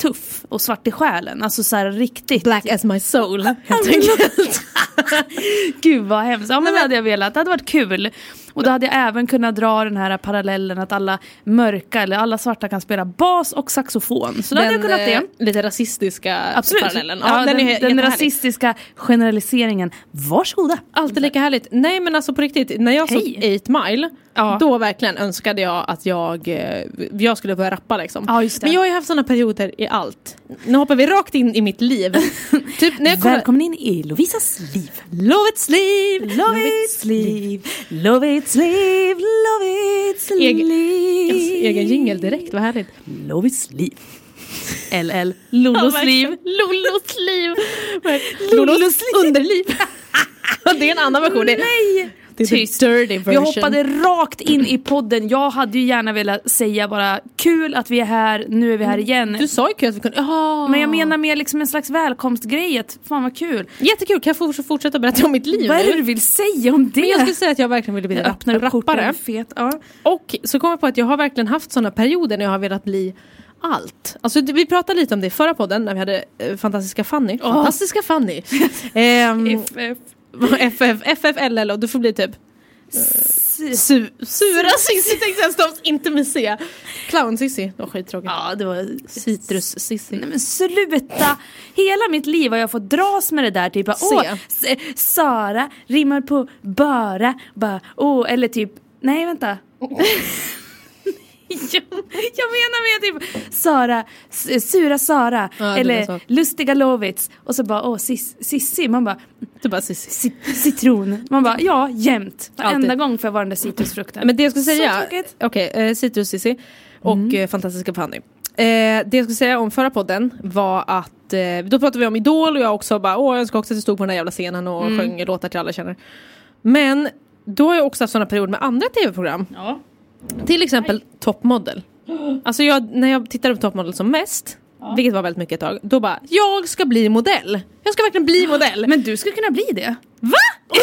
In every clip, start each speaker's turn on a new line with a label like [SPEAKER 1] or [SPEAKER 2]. [SPEAKER 1] tuff och svart i själen. Alltså så här riktigt.
[SPEAKER 2] Black as my soul, helt enkelt.
[SPEAKER 1] Gud vad hemskt. Ja men det hade jag velat, det hade varit kul. Och då hade jag även kunnat dra den här parallellen att alla mörka eller alla svarta kan spela bas och saxofon. Så då hade jag kunnat det.
[SPEAKER 2] eh, lite rasistiska
[SPEAKER 1] Absolut.
[SPEAKER 2] parallellen.
[SPEAKER 1] Ja, den,
[SPEAKER 2] he-
[SPEAKER 1] den,
[SPEAKER 2] jättehärlig.
[SPEAKER 1] rasistiska generaliseringen. Varsågoda.
[SPEAKER 2] Alltid lika härligt. Nej men alltså på riktigt, när jag
[SPEAKER 1] Hej.
[SPEAKER 2] såg 8 Mile,
[SPEAKER 1] Ja.
[SPEAKER 2] då verkligen önskade jag att jag, eh, jag skulle börja rappa liksom.
[SPEAKER 1] Ja, just det.
[SPEAKER 2] Men jag har ju haft sådana perioder i allt. Nu hoppar vi rakt in i mitt liv. typ när jag kollar-
[SPEAKER 1] Välkommen in i Lovisas liv.
[SPEAKER 2] Lovets liv!
[SPEAKER 1] Lovits liv, Lovits liv, Lovits
[SPEAKER 2] Egen-
[SPEAKER 1] liv.
[SPEAKER 2] Egen jingel direkt, vad härligt.
[SPEAKER 1] Lovits liv. LL, Lollos liv.
[SPEAKER 2] Lollos liv!
[SPEAKER 1] Lollos
[SPEAKER 2] Lollos underliv. det är en annan version. Det-
[SPEAKER 1] Nej!
[SPEAKER 2] Det är the
[SPEAKER 1] Tyst.
[SPEAKER 2] dirty
[SPEAKER 1] Vi
[SPEAKER 2] version.
[SPEAKER 1] hoppade rakt in i podden. Jag hade ju gärna velat säga bara kul att vi är här, nu är vi här igen.
[SPEAKER 2] Du sa ju kul att vi kunde... Oh.
[SPEAKER 1] Men jag menar mer liksom en slags välkomstgrej, att fan vad kul.
[SPEAKER 2] Jättekul, kan jag få- fortsätta berätta om mitt liv?
[SPEAKER 1] Vad är det
[SPEAKER 2] eller?
[SPEAKER 1] du vill säga om det?
[SPEAKER 2] Men jag skulle säga att jag verkligen ville bli
[SPEAKER 1] Jag öppnar upp skjortan, jag
[SPEAKER 2] rappare.
[SPEAKER 1] är fet. Ja.
[SPEAKER 2] Och så kom jag på att jag har verkligen haft sådana perioder när jag har velat bli allt. Alltså, det- vi pratade lite om det i förra podden när vi hade eh, Fantastiska Fanny. Fantastiska Fanny. Ehm,
[SPEAKER 1] If-
[SPEAKER 2] FF, FFLL och du får bli typ su, Sura Sissi tänkte jag stavs inte med C. Clown Sissi, det var skittråkigt.
[SPEAKER 1] Ja, det var
[SPEAKER 2] Citrus Sissi.
[SPEAKER 1] Nej men sluta! Hela mitt liv har jag fått dras med det där typ bara,
[SPEAKER 2] Se.
[SPEAKER 1] åh, S- Sara rimmar på bara, bara, åh, eller typ, nej vänta. jag, jag menar mer typ Sara, s- sura Sara,
[SPEAKER 2] Ja, det var
[SPEAKER 1] eller
[SPEAKER 2] så.
[SPEAKER 1] lustiga Lovits och så bara åh sis, Sissi, man bara
[SPEAKER 2] Du bara Sissi.
[SPEAKER 1] ci- citron, man bara ja jämt, varenda
[SPEAKER 2] Alltid.
[SPEAKER 1] gång får jag vara den där citrusfrukten.
[SPEAKER 2] Eh, Men det jag skulle
[SPEAKER 1] Så
[SPEAKER 2] säga,
[SPEAKER 1] tråkigt. Mm.
[SPEAKER 2] okej, eh, Citrus Sissi och eh, Fantastiska Fanny. Eh, det jag skulle säga om förra podden var att, eh, då pratade vi om Idol och jag också bara åh jag önskar också att jag stod på den där jävla scenen och
[SPEAKER 1] Mm.
[SPEAKER 2] sjöng låtar till alla jag känner. Men då har jag också haft sådana perioder med andra tv-program.
[SPEAKER 1] Ja.
[SPEAKER 2] Till exempel toppmodell. Alltså jag, när jag tittade på toppmodell som mest, vilket var väldigt mycket ett tag, då bara jag ska bli modell. Jag ska verkligen bli modell.
[SPEAKER 1] Men du skulle kunna bli det.
[SPEAKER 2] Va?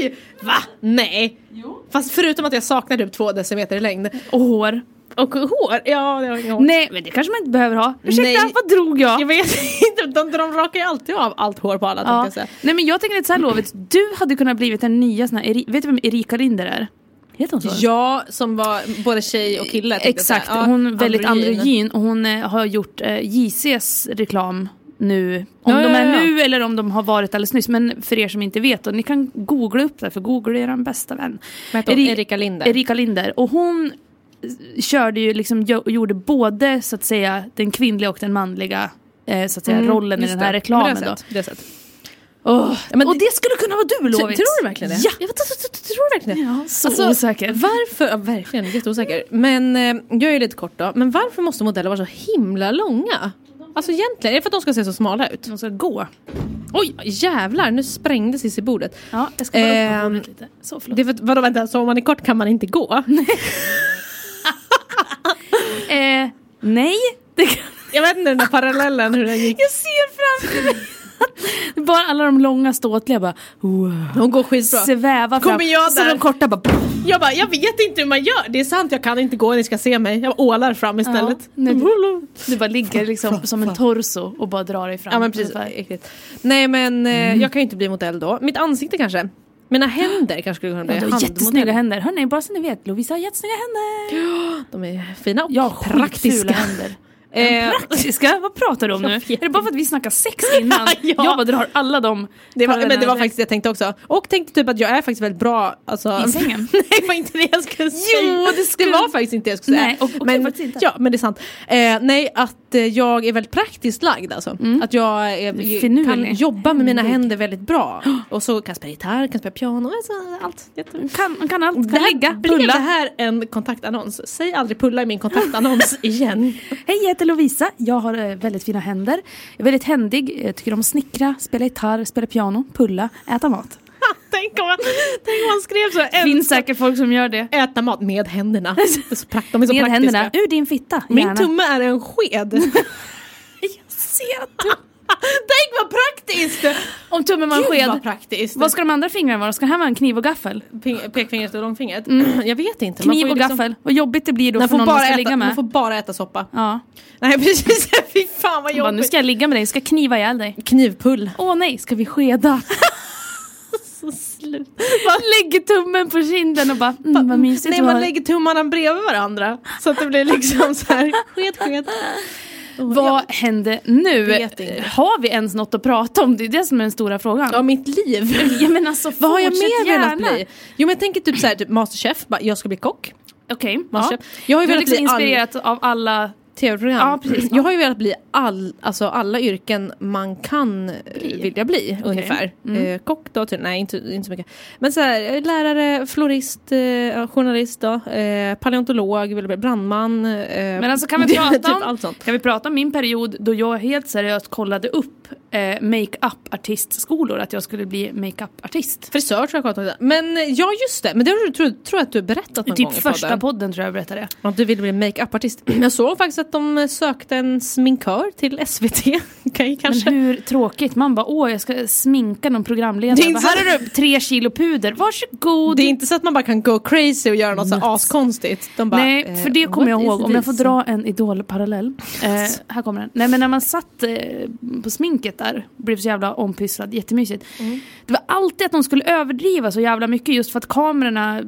[SPEAKER 2] Oj! Va? Nej. Fast förutom att jag saknar typ två decimeter i längd.
[SPEAKER 1] Och hår.
[SPEAKER 2] Och hår, ja det har jag inga hår.
[SPEAKER 1] Nej men det kanske man inte behöver ha. Ursäkta,
[SPEAKER 2] Nej.
[SPEAKER 1] vad drog jag?
[SPEAKER 2] Jag vet inte, de, de rakar ju alltid av allt hår på alla tänkte
[SPEAKER 1] Ja.
[SPEAKER 2] jag säga.
[SPEAKER 1] Nej men jag tänker lite såhär Lovits, du hade kunnat blivit den nya sån här, Eri- vet du vem Erika Linder är? Heter hon så?
[SPEAKER 2] Ja, som var både tjej och kille. tänkte jag
[SPEAKER 1] Exakt,
[SPEAKER 2] säga. Ja,
[SPEAKER 1] hon är väldigt androgyn och hon eh, har gjort eh, JCs reklam nu, om
[SPEAKER 2] Ja,
[SPEAKER 1] de
[SPEAKER 2] ja,
[SPEAKER 1] är
[SPEAKER 2] ja.
[SPEAKER 1] nu eller om de har varit alldeles nyss. Men för er som inte vet, och ni kan googla upp det, för Google är den bästa vän.
[SPEAKER 2] Vad heter hon?
[SPEAKER 1] Eri-
[SPEAKER 2] Erika Linder.
[SPEAKER 1] Erika Linder. Och hon eh, körde ju liksom, gö- gjorde både så att säga den kvinnliga och den manliga eh, så att säga, rollen i
[SPEAKER 2] Mm, Just
[SPEAKER 1] den här
[SPEAKER 2] det.
[SPEAKER 1] reklamen.
[SPEAKER 2] Men Det
[SPEAKER 1] då.
[SPEAKER 2] har jag sett, det har jag sett.
[SPEAKER 1] Åh,
[SPEAKER 2] men
[SPEAKER 1] och
[SPEAKER 2] det-
[SPEAKER 1] det skulle kunna vara du Lovits!
[SPEAKER 2] Tror du verkligen det?
[SPEAKER 1] Ja!
[SPEAKER 2] Jag vet, tror du verkligen det? Alltså,
[SPEAKER 1] Ja, så osäker.
[SPEAKER 2] Varför, ja, verkligen jätteosäker. Men eh, jag är lite kort då. Men varför måste modeller vara så himla långa? Alltså egentligen, är det för att de ska se så smala ut?
[SPEAKER 1] De ska gå.
[SPEAKER 2] Oj, jävlar, nu sprängde Cissi bordet.
[SPEAKER 1] Ja, jag ska bara
[SPEAKER 2] Ehm,
[SPEAKER 1] upp bordet lite. Så, förlåt.
[SPEAKER 2] Det är för att, vadå vänta, så om man är kort kan man inte gå?
[SPEAKER 1] eh, nej, det kan...
[SPEAKER 2] jag vet inte den där parallellen hur den gick.
[SPEAKER 1] Jag ser framför mig bara alla de långa ståtliga bara wow,
[SPEAKER 2] Hon går skitbra.
[SPEAKER 1] svävar fram.
[SPEAKER 2] Kommer jag
[SPEAKER 1] så
[SPEAKER 2] där?
[SPEAKER 1] de korta bara
[SPEAKER 2] Jag bara, jag vet inte hur man gör. Det är sant, jag kan inte gå, ni ska se mig. Jag ålar fram istället.
[SPEAKER 1] Ja, nej, du, du bara ligger liksom som en torso och bara drar dig fram.
[SPEAKER 2] Ja men precis,
[SPEAKER 1] Ungefär.
[SPEAKER 2] äckligt. Nej men eh,
[SPEAKER 1] Mm.
[SPEAKER 2] jag kan ju inte bli modell då. Mitt ansikte kanske. Mina händer kanske skulle kunna bli
[SPEAKER 1] Du har
[SPEAKER 2] handmodell.
[SPEAKER 1] jättesnygga händer. Hörni, bara så ni vet, Lovisa har jättesnygga händer.
[SPEAKER 2] De är fina och
[SPEAKER 1] Jag har
[SPEAKER 2] praktiska.
[SPEAKER 1] skitfula händer.
[SPEAKER 2] Eh,
[SPEAKER 1] Praktiska? Vad pratar du om nu?
[SPEAKER 2] Jag vet
[SPEAKER 1] Är det bara för att vi snackade sex innan?
[SPEAKER 2] Ja.
[SPEAKER 1] Jag bara drar alla de
[SPEAKER 2] det var, men det var
[SPEAKER 1] parallellerna
[SPEAKER 2] faktiskt det jag tänkte också. Och tänkte typ att jag är faktiskt väldigt bra. Alltså,
[SPEAKER 1] I sängen?
[SPEAKER 2] Nej det var inte det jag skulle säga.
[SPEAKER 1] det skulle-
[SPEAKER 2] var faktiskt inte det jag skulle säga.
[SPEAKER 1] Nej, och- och det
[SPEAKER 2] men,
[SPEAKER 1] var faktiskt inte.
[SPEAKER 2] Ja men det är sant. Eh, nej att eh, jag är väldigt praktiskt lagd alltså. Att jag är,
[SPEAKER 1] Mm. Finurlig.
[SPEAKER 2] kan jobba med mina händer väldigt bra. Och så kan jag spela gitarr, kan spela piano, alltså, allt. Jätte...
[SPEAKER 1] Mm, Kan, man kan allt.
[SPEAKER 2] Det
[SPEAKER 1] Kan
[SPEAKER 2] här
[SPEAKER 1] ligga,
[SPEAKER 2] blev det
[SPEAKER 1] pulla.
[SPEAKER 2] här en kontaktannons? Säg aldrig pulla i min kontaktannons igen.
[SPEAKER 1] Hej, jag heter Lovisa. Jag har eh, väldigt fina händer. Jag är väldigt händig. Jag tycker om att snickra, spela gitarr, spela piano, pulla, äta mat.
[SPEAKER 2] tänk, om man, tänk om man skrev så. Ä-
[SPEAKER 1] finns säkert folk som gör det.
[SPEAKER 2] äta mat med händerna. Det är så prakt, de är så
[SPEAKER 1] Med
[SPEAKER 2] praktiska.
[SPEAKER 1] händerna. Ur din fitta,
[SPEAKER 2] Min
[SPEAKER 1] gärna.
[SPEAKER 2] tumme är en sked.
[SPEAKER 1] Jag ser att du...
[SPEAKER 2] tänk vad praktiskt!
[SPEAKER 1] Om tummen var en
[SPEAKER 2] Gud vad
[SPEAKER 1] sked,
[SPEAKER 2] praktiskt.
[SPEAKER 1] vad ska de andra fingrarna vara? Ska det här vara en kniv och gaffel?
[SPEAKER 2] Ping- pekfingret och långfingret? Jag vet inte. Man
[SPEAKER 1] Mm. Kniv
[SPEAKER 2] får ju
[SPEAKER 1] och
[SPEAKER 2] liksom-
[SPEAKER 1] gaffel, vad jobbigt det blir då
[SPEAKER 2] Man
[SPEAKER 1] för
[SPEAKER 2] får,
[SPEAKER 1] någon man
[SPEAKER 2] bara
[SPEAKER 1] ska
[SPEAKER 2] äta,
[SPEAKER 1] ligga
[SPEAKER 2] man
[SPEAKER 1] med.
[SPEAKER 2] får bara äta soppa.
[SPEAKER 1] Ja.
[SPEAKER 2] Nej precis, fy fan vad
[SPEAKER 1] Bara, nu
[SPEAKER 2] jobbigt.
[SPEAKER 1] ska jag ligga med dig, jag ska kniva ihjäl dig.
[SPEAKER 2] Knivpull.
[SPEAKER 1] Åh nej, ska vi skeda?
[SPEAKER 2] Så slut.
[SPEAKER 1] Man lägger tummen på kinden och bara, mm, vad mysigt
[SPEAKER 2] Nej
[SPEAKER 1] det var.
[SPEAKER 2] man lägger tummarna bredvid varandra. Så att det blir liksom så här sked, sked.
[SPEAKER 1] Vad hände nu?
[SPEAKER 2] Vet inte.
[SPEAKER 1] Har vi ens något att prata om? Det är det som är den stora frågan.
[SPEAKER 2] Ja, mitt liv.
[SPEAKER 1] Ja, men alltså,
[SPEAKER 2] Vad har jag
[SPEAKER 1] fortsätt
[SPEAKER 2] mer velat
[SPEAKER 1] gärna.
[SPEAKER 2] bli? Jo men jag tänker typ såhär, typ Masterchef, bara, jag ska bli kock.
[SPEAKER 1] Okej, ja.
[SPEAKER 2] Masterchef. Jag har ju
[SPEAKER 1] du är
[SPEAKER 2] velat
[SPEAKER 1] liksom
[SPEAKER 2] bli all-
[SPEAKER 1] inspirerat av alla...
[SPEAKER 2] Tv-program.
[SPEAKER 1] Ja, precis.
[SPEAKER 2] Jag har ju velat bli all, alltså alla yrken man kan bli. vilja bli ungefär.
[SPEAKER 1] Mm.
[SPEAKER 2] Eh, kock då, ty- nej inte, inte så mycket. Men så här, eh, lärare, florist, eh, ja, journalist då, eh, paleontolog, vill bli brandman. Eh,
[SPEAKER 1] Men alltså kan vi,
[SPEAKER 2] det är
[SPEAKER 1] prata
[SPEAKER 2] typ
[SPEAKER 1] om,
[SPEAKER 2] allt sånt.
[SPEAKER 1] kan vi prata om min period då jag helt seriöst kollade upp eh, make-up-artistskolor, att jag skulle bli make-up-artist?
[SPEAKER 2] Frisör tror jag jag pratat om. Men eh, ja just det, men det har du- tror, tror jag att du har berättat någon
[SPEAKER 1] Typ
[SPEAKER 2] gång i
[SPEAKER 1] första podden.
[SPEAKER 2] podden.
[SPEAKER 1] tror jag berättade det.
[SPEAKER 2] Att du ville bli makeup-artist. Jag såg faktiskt att de eh, sökte en sminkör till SVT. Okej, kanske.
[SPEAKER 1] Men hur tråkigt, man bara åh jag ska sminka någon programledare.
[SPEAKER 2] Det är
[SPEAKER 1] Bara,
[SPEAKER 2] inte så-
[SPEAKER 1] här har du tre kilo puder, varsågod.
[SPEAKER 2] Det är inte så att man bara kan go crazy och göra något så här askonstigt. De bara,
[SPEAKER 1] Nej, för det
[SPEAKER 2] eh,
[SPEAKER 1] kommer jag
[SPEAKER 2] what is
[SPEAKER 1] ihåg. Om jag får
[SPEAKER 2] this?
[SPEAKER 1] dra en idolparallell. Eh, här kommer den. Nej men när man satt eh, på sminket där, blev så jävla ompysslad, jättemysigt.
[SPEAKER 2] Mm.
[SPEAKER 1] Det var alltid att de skulle överdriva så jävla mycket just för att kamerorna...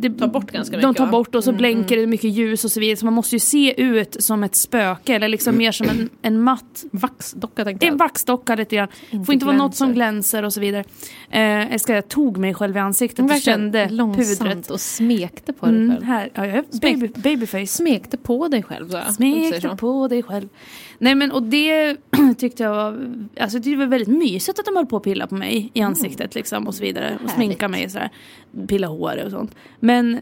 [SPEAKER 1] Det, tar
[SPEAKER 2] bort ganska
[SPEAKER 1] De
[SPEAKER 2] mycket,
[SPEAKER 1] tar
[SPEAKER 2] va? Mm,
[SPEAKER 1] bort och så blänker det mycket ljus och så vidare. Så man måste ju se ut som ett spöke eller liksom mer som en, en matt
[SPEAKER 2] Mm. Vaxdocka tänkte
[SPEAKER 1] det är en
[SPEAKER 2] jag.
[SPEAKER 1] vaxdocka lite grann. Får inte vara något
[SPEAKER 2] glänser.
[SPEAKER 1] som glänser och så vidare. Eh, jag älskar, jag tog mig själv i ansiktet och kände
[SPEAKER 2] långsamt
[SPEAKER 1] pudret.
[SPEAKER 2] och smekte på dig
[SPEAKER 1] Mm,
[SPEAKER 2] själv.
[SPEAKER 1] här, ja, jag är
[SPEAKER 2] Smek-
[SPEAKER 1] baby, babyface.
[SPEAKER 2] Smekte på dig själv. Så. här, om du säger
[SPEAKER 1] Smekte
[SPEAKER 2] så.
[SPEAKER 1] på dig själv. Nej men och det tyckte jag var, alltså det var väldigt mysigt att de höll på att pilla på mig i ansiktet liksom och så vidare. Och sminka mig och sådär. Pilla hår och sånt. Men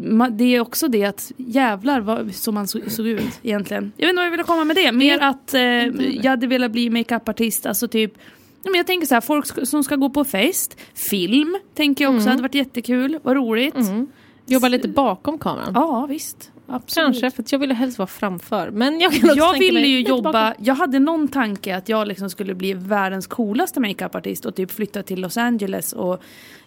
[SPEAKER 1] ma- det är också det att jävlar vad, som man så, såg ut egentligen. Jag vet inte vad jag ville komma med det. Mer att eh, jag hade velat bli makeupartist, alltså typ Ja, men jag tänker så här, folk sk- som ska gå på fest, film tänker jag också hade varit jättekul, vad roligt.
[SPEAKER 2] Jobba lite bakom kameran.
[SPEAKER 1] Ja visst, absolut.
[SPEAKER 2] Kanske, för att jag ville helst vara framför. Men jag kan också
[SPEAKER 1] Jag
[SPEAKER 2] tänka
[SPEAKER 1] ville
[SPEAKER 2] mig
[SPEAKER 1] ju
[SPEAKER 2] lite
[SPEAKER 1] jobba,
[SPEAKER 2] bakom.
[SPEAKER 1] jag hade någon tanke att jag liksom skulle bli världens coolaste makeupartist och typ flytta till Los Angeles och